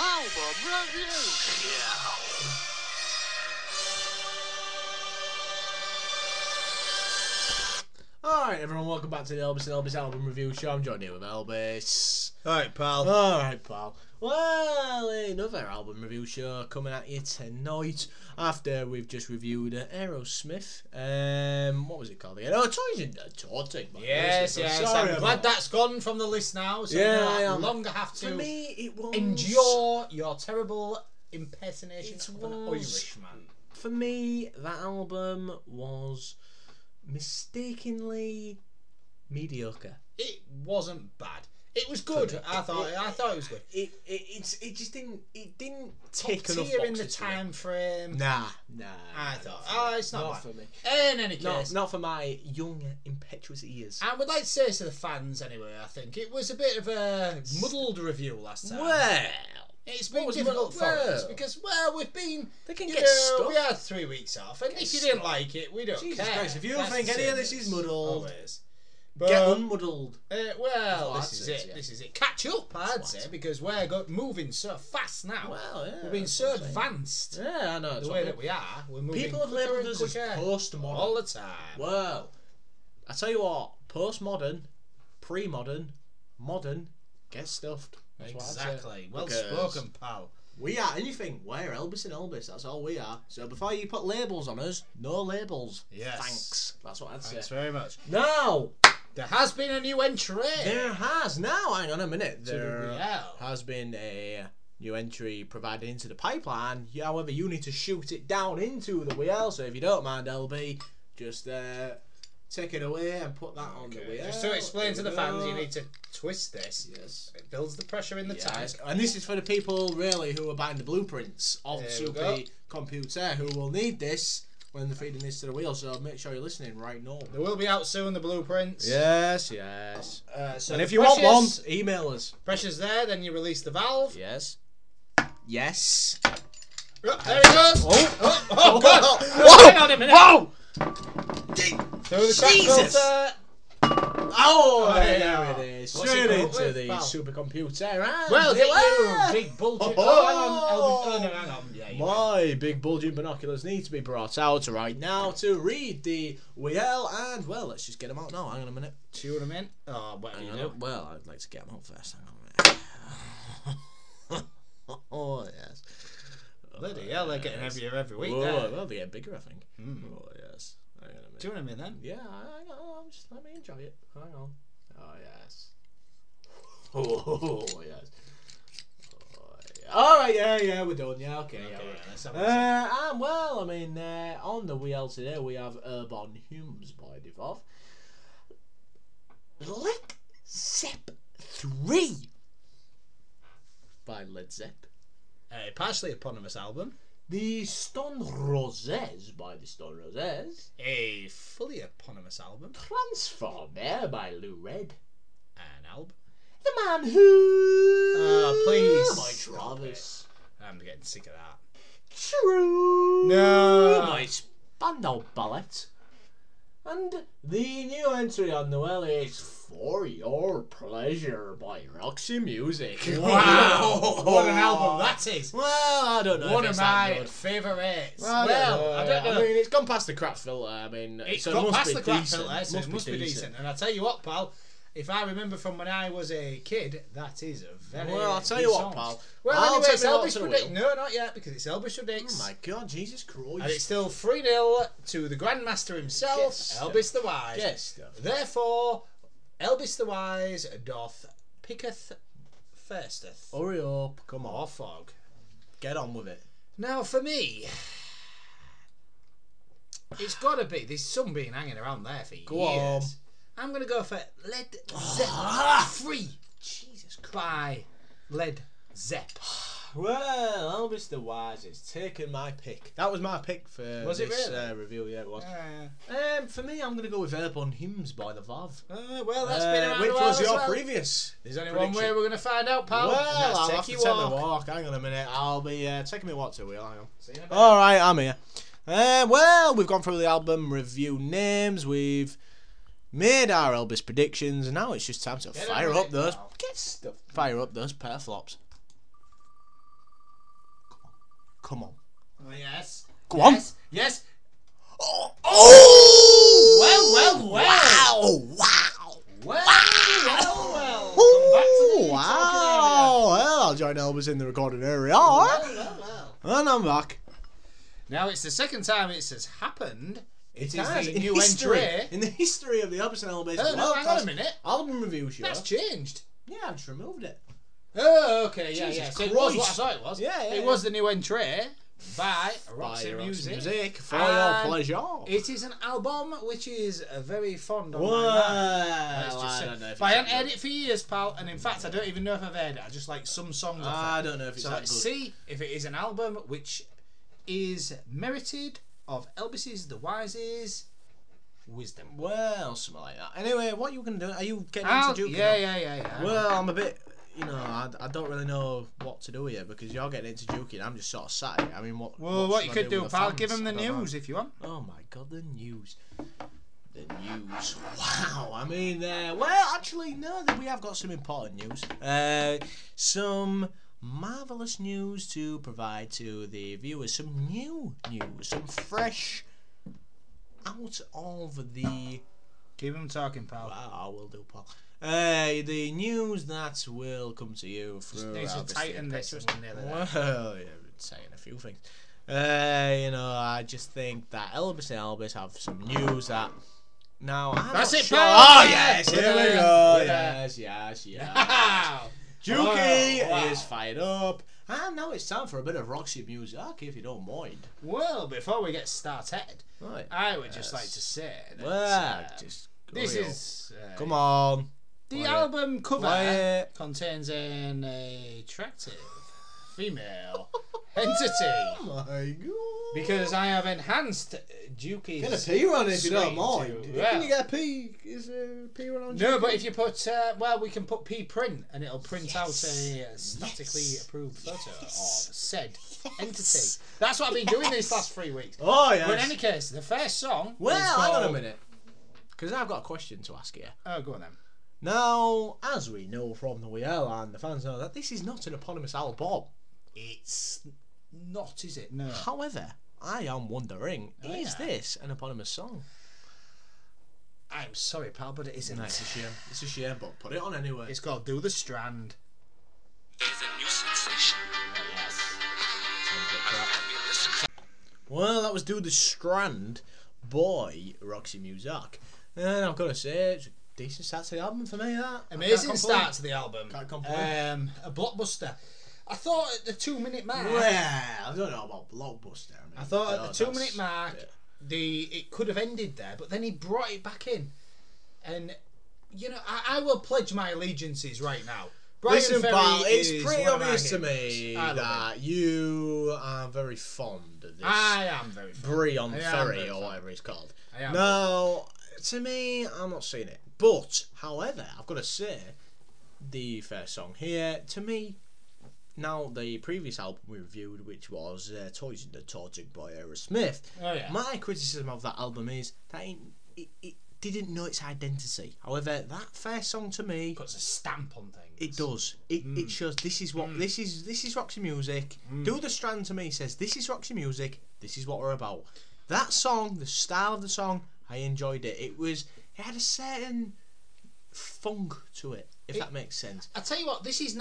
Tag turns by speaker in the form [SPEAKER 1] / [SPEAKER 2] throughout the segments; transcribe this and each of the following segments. [SPEAKER 1] Alma Braviosa. Alright, everyone, welcome back to the Elvis and Elvis album review show. I'm Johnny with Elvis.
[SPEAKER 2] All right,
[SPEAKER 1] Oh.
[SPEAKER 2] pal.
[SPEAKER 1] Alright, pal. Well, another album review show coming at you tonight after we've just reviewed uh, Aerosmith. Um, what was it called again? Oh, Toys in the Torting. by
[SPEAKER 2] yes,
[SPEAKER 1] Aerosmith.
[SPEAKER 2] yes.
[SPEAKER 1] Sorry
[SPEAKER 2] I'm
[SPEAKER 1] about
[SPEAKER 2] glad
[SPEAKER 1] that.
[SPEAKER 2] that's gone from the list now, so
[SPEAKER 1] Yeah, I
[SPEAKER 2] you no
[SPEAKER 1] am.
[SPEAKER 2] longer have
[SPEAKER 1] For
[SPEAKER 2] to
[SPEAKER 1] me, it was.
[SPEAKER 2] endure your terrible impersonation
[SPEAKER 1] It
[SPEAKER 2] of an
[SPEAKER 1] was-
[SPEAKER 2] Irishman.
[SPEAKER 1] For me, that album was mistakenly mediocre.
[SPEAKER 2] It wasn't bad. It was good. I thought. I thought it was good.
[SPEAKER 1] It it it's, it just didn't it didn't tick
[SPEAKER 2] Top
[SPEAKER 1] enough
[SPEAKER 2] tier in the
[SPEAKER 1] boxes for me.
[SPEAKER 2] time frame.
[SPEAKER 1] Nah, nah.
[SPEAKER 2] I
[SPEAKER 1] nah, not
[SPEAKER 2] thought.
[SPEAKER 1] for
[SPEAKER 2] Oh,
[SPEAKER 1] me.
[SPEAKER 2] it's not,
[SPEAKER 1] not
[SPEAKER 2] bad.
[SPEAKER 1] for me.
[SPEAKER 2] In any case,
[SPEAKER 1] Not, not for my young, impetuous ears.
[SPEAKER 2] I would like to say to the fans anyway, I think it was a bit of a muddled review last time.
[SPEAKER 1] Well,
[SPEAKER 2] it's been
[SPEAKER 1] was muddled?
[SPEAKER 2] difficult for us
[SPEAKER 1] Well.
[SPEAKER 2] because well we've been
[SPEAKER 1] they can
[SPEAKER 2] you
[SPEAKER 1] get
[SPEAKER 2] know,
[SPEAKER 1] stuck.
[SPEAKER 2] we had three weeks off and if you didn't like it we don't
[SPEAKER 1] Jesus
[SPEAKER 2] care.
[SPEAKER 1] Christ, if you
[SPEAKER 2] That's
[SPEAKER 1] think
[SPEAKER 2] the
[SPEAKER 1] any of
[SPEAKER 2] same
[SPEAKER 1] this
[SPEAKER 2] as
[SPEAKER 1] is muddled,
[SPEAKER 2] always.
[SPEAKER 1] Get
[SPEAKER 2] But
[SPEAKER 1] unmuddled.
[SPEAKER 2] uh, well
[SPEAKER 1] what I'd
[SPEAKER 2] this is
[SPEAKER 1] say,
[SPEAKER 2] it,
[SPEAKER 1] yeah.
[SPEAKER 2] this is it. Catch up I'd
[SPEAKER 1] what
[SPEAKER 2] say
[SPEAKER 1] I'd say.
[SPEAKER 2] because we're go- moving so fast now.
[SPEAKER 1] Well, yeah.
[SPEAKER 2] we've been
[SPEAKER 1] that's
[SPEAKER 2] so
[SPEAKER 1] what I'm saying.
[SPEAKER 2] advanced
[SPEAKER 1] Yeah, I know. that's what I
[SPEAKER 2] the way
[SPEAKER 1] mean.
[SPEAKER 2] that we are, we're moving
[SPEAKER 1] People have
[SPEAKER 2] quicker
[SPEAKER 1] labelled
[SPEAKER 2] and
[SPEAKER 1] us as
[SPEAKER 2] quicker
[SPEAKER 1] postmodern.
[SPEAKER 2] all the time.
[SPEAKER 1] Well, I tell you what, postmodern, pre-modern, modern, get stuffed. That's what I'd say.
[SPEAKER 2] Exactly. Well
[SPEAKER 1] Because-
[SPEAKER 2] spoken, pal.
[SPEAKER 1] We are anything. We're Elvis and Elvis. That's all we are. So before you put labels on us, no labels.
[SPEAKER 2] Yes.
[SPEAKER 1] Thanks. That's what I'd
[SPEAKER 2] Thanks
[SPEAKER 1] say.
[SPEAKER 2] very much.
[SPEAKER 1] Now
[SPEAKER 2] There has been a new entry.
[SPEAKER 1] there has now. Hang on a minute.
[SPEAKER 2] So did we
[SPEAKER 1] There
[SPEAKER 2] have.
[SPEAKER 1] has been a new entry provided into the pipeline. Yeah, However, you need to shoot it down into the wheel. So if you don't mind, LB, just uh, take it away and put that on the
[SPEAKER 2] Okay,
[SPEAKER 1] wheel.
[SPEAKER 2] Just to explain
[SPEAKER 1] Here
[SPEAKER 2] to
[SPEAKER 1] we
[SPEAKER 2] the fans,
[SPEAKER 1] go.
[SPEAKER 2] you need to twist this.
[SPEAKER 1] Yes.
[SPEAKER 2] It builds the pressure in the tank.
[SPEAKER 1] Yes. And this is for the people really who are buying the blueprints of the
[SPEAKER 2] There we
[SPEAKER 1] super
[SPEAKER 2] go.
[SPEAKER 1] computer who will need this when they're feeding this to the wheel. So make sure you're listening right now.
[SPEAKER 2] They will be out soon, the blueprints.
[SPEAKER 1] Yes, yes.
[SPEAKER 2] Uh, so
[SPEAKER 1] and
[SPEAKER 2] the
[SPEAKER 1] if you want one,
[SPEAKER 2] pressure's-
[SPEAKER 1] email us.
[SPEAKER 2] pressure's there, then you release the valve.
[SPEAKER 1] Yes. Yes.
[SPEAKER 2] Oh, there it goes.
[SPEAKER 1] Oh,
[SPEAKER 2] Oh, oh, God.
[SPEAKER 1] Whoa.
[SPEAKER 2] Hang on a minute.
[SPEAKER 1] Whoa!
[SPEAKER 2] Through the crack
[SPEAKER 1] Jesus.
[SPEAKER 2] filter.
[SPEAKER 1] Oh,
[SPEAKER 2] Oh,
[SPEAKER 1] there it
[SPEAKER 2] yeah.
[SPEAKER 1] is.
[SPEAKER 2] What's it
[SPEAKER 1] Straight
[SPEAKER 2] come up
[SPEAKER 1] into
[SPEAKER 2] with,
[SPEAKER 1] the
[SPEAKER 2] pal?
[SPEAKER 1] supercomputer. and-
[SPEAKER 2] Well, hit
[SPEAKER 1] Ah!
[SPEAKER 2] you, big bulge. Oh, hang on. Elvis. Oh, no, hang on. Yeah, you
[SPEAKER 1] My big bulging binoculars need to be brought out right now to read the wheel and well, let's just get them out now. Hang on a minute.
[SPEAKER 2] Chew them in. Oh, whatever
[SPEAKER 1] Hang
[SPEAKER 2] you
[SPEAKER 1] on.
[SPEAKER 2] do.
[SPEAKER 1] a- Well, I'd like to get them out first. Hang on a minute. oh yes.
[SPEAKER 2] Bloody hell, they're getting
[SPEAKER 1] yes.
[SPEAKER 2] heavier every week.
[SPEAKER 1] Whoa,
[SPEAKER 2] there.
[SPEAKER 1] well, they get bigger, I think. Oh yes. Hang on a minute.
[SPEAKER 2] Chew them in then.
[SPEAKER 1] Yeah, hang on. Just let me enjoy it. Hang on. Oh yes. Oh yes. Oh, yeah. All right. Yeah, yeah. We're done. Yeah. Okay. yeah,
[SPEAKER 2] Okay,
[SPEAKER 1] we're-
[SPEAKER 2] let's have a listen.
[SPEAKER 1] uh, and well, I mean, uh, on the wheel today we have Urban Humes by Devoff. Led Zepp 3 by Led Zepp.
[SPEAKER 2] A Uh, partially eponymous album,
[SPEAKER 1] The Stone Roses by the Stone Roses.
[SPEAKER 2] a fully eponymous album,
[SPEAKER 1] Transformer by Lou Red.
[SPEAKER 2] an album.
[SPEAKER 1] The Man Who. Oh,
[SPEAKER 2] Ah, please
[SPEAKER 1] By
[SPEAKER 2] stop
[SPEAKER 1] Uh, Travis.
[SPEAKER 2] I'm getting sick of that.
[SPEAKER 1] True.
[SPEAKER 2] No.
[SPEAKER 1] by Spandau Ballet. And the new entry on the well is For Your Pleasure by Roxy Music.
[SPEAKER 2] Wow! what an album that is!
[SPEAKER 1] Well, I don't know.
[SPEAKER 2] One
[SPEAKER 1] if
[SPEAKER 2] of
[SPEAKER 1] it's that
[SPEAKER 2] my
[SPEAKER 1] good.
[SPEAKER 2] favourites.
[SPEAKER 1] Well, I
[SPEAKER 2] well, I
[SPEAKER 1] don't know.
[SPEAKER 2] don't know.
[SPEAKER 1] mean, it's gone past the crap filter. I mean,
[SPEAKER 2] It's
[SPEAKER 1] so it
[SPEAKER 2] got
[SPEAKER 1] must
[SPEAKER 2] past
[SPEAKER 1] be
[SPEAKER 2] the crack
[SPEAKER 1] decent.
[SPEAKER 2] filter, so it must be decent. And I tell you what, pal, if I remember from when I was a kid, that is a very
[SPEAKER 1] Well, I'll tell
[SPEAKER 2] good
[SPEAKER 1] you what,
[SPEAKER 2] song.
[SPEAKER 1] pal.
[SPEAKER 2] Well,
[SPEAKER 1] I'll
[SPEAKER 2] anyway,
[SPEAKER 1] take
[SPEAKER 2] it's
[SPEAKER 1] my
[SPEAKER 2] Elvis
[SPEAKER 1] lots of
[SPEAKER 2] Predict.
[SPEAKER 1] will.
[SPEAKER 2] No, not yet, because it's Elvis
[SPEAKER 1] Oh
[SPEAKER 2] Predicts.
[SPEAKER 1] my god, Jesus Christ.
[SPEAKER 2] and it's still 3 0 to the Grandmaster himself,
[SPEAKER 1] Yes.
[SPEAKER 2] Elvis the Wise.
[SPEAKER 1] Yes.
[SPEAKER 2] Therefore, Elvis the Wise doth picketh firsteth.
[SPEAKER 1] Hurry up, come on.
[SPEAKER 2] Or fog.
[SPEAKER 1] Get on with it.
[SPEAKER 2] Now, for me, it's got to be. There's some been hanging around there for
[SPEAKER 1] Go on. Ah.
[SPEAKER 2] years. I'm going to go for Led Zepp Free
[SPEAKER 1] Jesus Christ.
[SPEAKER 2] by Led Zepp.
[SPEAKER 1] Well, Elvis the Wise has taken my pick. That was my pick for
[SPEAKER 2] Was it
[SPEAKER 1] this
[SPEAKER 2] really?
[SPEAKER 1] uh, review. Yeah, it was.
[SPEAKER 2] Uh,
[SPEAKER 1] Um, for me, I'm going to go with Urban Hymns by the Vav.
[SPEAKER 2] uh, well, that's been
[SPEAKER 1] Uh,
[SPEAKER 2] around
[SPEAKER 1] which
[SPEAKER 2] a while
[SPEAKER 1] was
[SPEAKER 2] as
[SPEAKER 1] your
[SPEAKER 2] well.
[SPEAKER 1] previous.
[SPEAKER 2] There's only one
[SPEAKER 1] prediction?
[SPEAKER 2] way we're going to find out, pal.
[SPEAKER 1] Well,
[SPEAKER 2] and that's
[SPEAKER 1] I'll
[SPEAKER 2] take
[SPEAKER 1] have to
[SPEAKER 2] you
[SPEAKER 1] take my
[SPEAKER 2] walk.
[SPEAKER 1] walk. Hang on a minute. I'll be uh, taking me walk to wheel. Hang on.
[SPEAKER 2] See you in a bit.
[SPEAKER 1] All right, I'm here. Uh, well, we've gone through the album review names. We've made our Elvis predictions. Now it's just time to
[SPEAKER 2] Get
[SPEAKER 1] fire
[SPEAKER 2] on with
[SPEAKER 1] up
[SPEAKER 2] it
[SPEAKER 1] those.
[SPEAKER 2] now.
[SPEAKER 1] Get stuff. Fire up those pair flops. Come on.
[SPEAKER 2] Oh, yes.
[SPEAKER 1] Go on.
[SPEAKER 2] yes. Yes.
[SPEAKER 1] Oh! oh!
[SPEAKER 2] Well, well, well.
[SPEAKER 1] Wow! Wow!
[SPEAKER 2] Well, well, well. Come back to the
[SPEAKER 1] Ooh,
[SPEAKER 2] wow.
[SPEAKER 1] Ah! wow! Well, I'll join Elvis in the recording area.
[SPEAKER 2] Well, well, well.
[SPEAKER 1] And I'm back.
[SPEAKER 2] Now it's the second time it has happened. It is
[SPEAKER 1] Guys,
[SPEAKER 2] the
[SPEAKER 1] in
[SPEAKER 2] new
[SPEAKER 1] history,
[SPEAKER 2] entry.
[SPEAKER 1] In the history of the Elvis and Elvis
[SPEAKER 2] Oh, no, hang on a
[SPEAKER 1] podcast
[SPEAKER 2] minute.
[SPEAKER 1] album review show.
[SPEAKER 2] That's changed.
[SPEAKER 1] yeah, I just removed it.
[SPEAKER 2] Oh, okay, yeah,
[SPEAKER 1] Jesus
[SPEAKER 2] yeah. So it was what I
[SPEAKER 1] Christ.
[SPEAKER 2] thought it was.
[SPEAKER 1] Yeah, yeah,
[SPEAKER 2] It
[SPEAKER 1] yeah.
[SPEAKER 2] was the new entry by
[SPEAKER 1] By Roxy
[SPEAKER 2] Roxy Music.
[SPEAKER 1] Music for
[SPEAKER 2] And
[SPEAKER 1] your pleasure. Oh
[SPEAKER 2] It is an album which is uh, very fond on
[SPEAKER 1] Well,
[SPEAKER 2] my mind. Let's just
[SPEAKER 1] I
[SPEAKER 2] say-
[SPEAKER 1] don't know if
[SPEAKER 2] But I
[SPEAKER 1] it's
[SPEAKER 2] haven't
[SPEAKER 1] that
[SPEAKER 2] heard
[SPEAKER 1] good.
[SPEAKER 2] it for years, pal, and in fact, I don't even know if I've heard it. I just like some songs. off
[SPEAKER 1] I don't know if
[SPEAKER 2] it.
[SPEAKER 1] it's
[SPEAKER 2] So
[SPEAKER 1] that
[SPEAKER 2] let's
[SPEAKER 1] good.
[SPEAKER 2] see if it is an album which is merited of Elvis's The Wise's wisdom.
[SPEAKER 1] Well, something like that. Anyway, what are you gonna do? Are you getting
[SPEAKER 2] Al-
[SPEAKER 1] into Duke?
[SPEAKER 2] yeah, yeah, yeah, yeah.
[SPEAKER 1] Well, I'm a bit, you know, I, I don't really know what to do here because you're getting into juking. I'm just sort of sat here. I mean, what?
[SPEAKER 2] Well, what you
[SPEAKER 1] should I
[SPEAKER 2] could do,
[SPEAKER 1] with
[SPEAKER 2] pal,
[SPEAKER 1] fans?
[SPEAKER 2] give him the
[SPEAKER 1] I don't
[SPEAKER 2] news if you want.
[SPEAKER 1] know. Oh my god, the news. The news. Wow. I mean, uh, well, actually, no, that we have got some important news. Uh, some marvelous news to provide to the viewers. Some new news. Some fresh out of the
[SPEAKER 2] Keep him talking, pal.
[SPEAKER 1] I will do, Paul. Uh, the news that will come to you through.
[SPEAKER 2] Needs to
[SPEAKER 1] obviously,
[SPEAKER 2] tighten this
[SPEAKER 1] pictures.
[SPEAKER 2] one nearly there.
[SPEAKER 1] Well, yeah, we're saying a few things. Uh, you know, I just think that Elvis and Elvis have some news that now. I'm
[SPEAKER 2] That's
[SPEAKER 1] not
[SPEAKER 2] it,
[SPEAKER 1] sure.
[SPEAKER 2] pal.
[SPEAKER 1] Oh
[SPEAKER 2] Yeah,
[SPEAKER 1] yes,
[SPEAKER 2] we're
[SPEAKER 1] here we
[SPEAKER 2] there.
[SPEAKER 1] go.
[SPEAKER 2] We're there.
[SPEAKER 1] Yes, yes, yes.
[SPEAKER 2] Wow.
[SPEAKER 1] Juki
[SPEAKER 2] Oh, wow.
[SPEAKER 1] is fired up, and now it's time for a bit of Roxy music, if you don't mind.
[SPEAKER 2] Well, before we get started,
[SPEAKER 1] Right.
[SPEAKER 2] I would
[SPEAKER 1] Yes.
[SPEAKER 2] just like to say that
[SPEAKER 1] Well,
[SPEAKER 2] uh,
[SPEAKER 1] just
[SPEAKER 2] this
[SPEAKER 1] hurry up.
[SPEAKER 2] is uh,
[SPEAKER 1] Come on.
[SPEAKER 2] the
[SPEAKER 1] play it.
[SPEAKER 2] album cover
[SPEAKER 1] Play it.
[SPEAKER 2] contains an attractive female entity.
[SPEAKER 1] Oh my god.
[SPEAKER 2] Because I have enhanced Dukey's.
[SPEAKER 1] Get a pee run if you don't
[SPEAKER 2] Screen
[SPEAKER 1] mind.
[SPEAKER 2] too,
[SPEAKER 1] Can
[SPEAKER 2] yeah.
[SPEAKER 1] you get a pee? Is a pee run on?
[SPEAKER 2] no, but if you put, uh, well, we can put P print and it'll print
[SPEAKER 1] Yes.
[SPEAKER 2] out a statically
[SPEAKER 1] Yes.
[SPEAKER 2] approved photo
[SPEAKER 1] Yes.
[SPEAKER 2] of said
[SPEAKER 1] Yes.
[SPEAKER 2] entity. That's what I've been doing these last three weeks.
[SPEAKER 1] Oh yeah.
[SPEAKER 2] But in any case, the first song. is
[SPEAKER 1] well, hang on a
[SPEAKER 2] called-
[SPEAKER 1] minute, because I've got a question to ask you.
[SPEAKER 2] Oh, go on then.
[SPEAKER 1] Now, as we know from the WL and the fans know that this is not an eponymous album.
[SPEAKER 2] It's not, is it? No.
[SPEAKER 1] However, I am wondering,
[SPEAKER 2] Oh,
[SPEAKER 1] is
[SPEAKER 2] yeah.
[SPEAKER 1] this an eponymous song?
[SPEAKER 2] I'm sorry, pal, but it isn't.
[SPEAKER 1] Nice, it's a shame. It's a shame, but put it on anyway.
[SPEAKER 2] It's called Do the Strand.
[SPEAKER 3] is a new sensation.
[SPEAKER 2] yes.
[SPEAKER 3] Happy listeners.
[SPEAKER 1] Well, that was Do the Strand by Roxy Muzak. And I've got to say, it's a decent start to the album for me, that. I can't
[SPEAKER 2] Amazing
[SPEAKER 1] complain.
[SPEAKER 2] start to the album.
[SPEAKER 1] Can't complain.
[SPEAKER 2] Um, a blockbuster. I thought at the two minute mark.
[SPEAKER 1] Well, I don't know about Blockbuster. I, mean,
[SPEAKER 2] I thought at
[SPEAKER 1] no,
[SPEAKER 2] the two
[SPEAKER 1] that's-
[SPEAKER 2] minute mark,
[SPEAKER 1] yeah.
[SPEAKER 2] the it could have ended there, but then he brought it back in, and you know I, I will pledge my allegiances right now. Brian
[SPEAKER 1] Listen,
[SPEAKER 2] Ferry
[SPEAKER 1] pal, it's
[SPEAKER 2] is
[SPEAKER 1] pretty
[SPEAKER 2] one of my
[SPEAKER 1] obvious to
[SPEAKER 2] heroes.
[SPEAKER 1] me
[SPEAKER 2] I love him.
[SPEAKER 1] that you are very fond of this
[SPEAKER 2] I am very. Fond.
[SPEAKER 1] Brion
[SPEAKER 2] I am
[SPEAKER 1] Ferry
[SPEAKER 2] very
[SPEAKER 1] or
[SPEAKER 2] fond.
[SPEAKER 1] whatever it's called.
[SPEAKER 2] I am.
[SPEAKER 1] Now, to me, I'm not seeing it. But, however, I've got to say, the first song here, to me, now the previous album we reviewed, which was uh, Toys in the Tortured by Aerosmith,
[SPEAKER 2] Oh yeah.
[SPEAKER 1] my criticism of that album is that it, it, it didn't know its identity. However, that first song to me,
[SPEAKER 2] puts a stamp on things.
[SPEAKER 1] it does. It, it shows this is what this is. This is Roxy Music. Do the Strand to me says this is Roxy Music. This is what we're about. That song, the style of the song, I enjoyed it. It was it had a certain funk to it, if that makes sense.
[SPEAKER 2] I tell you what, this is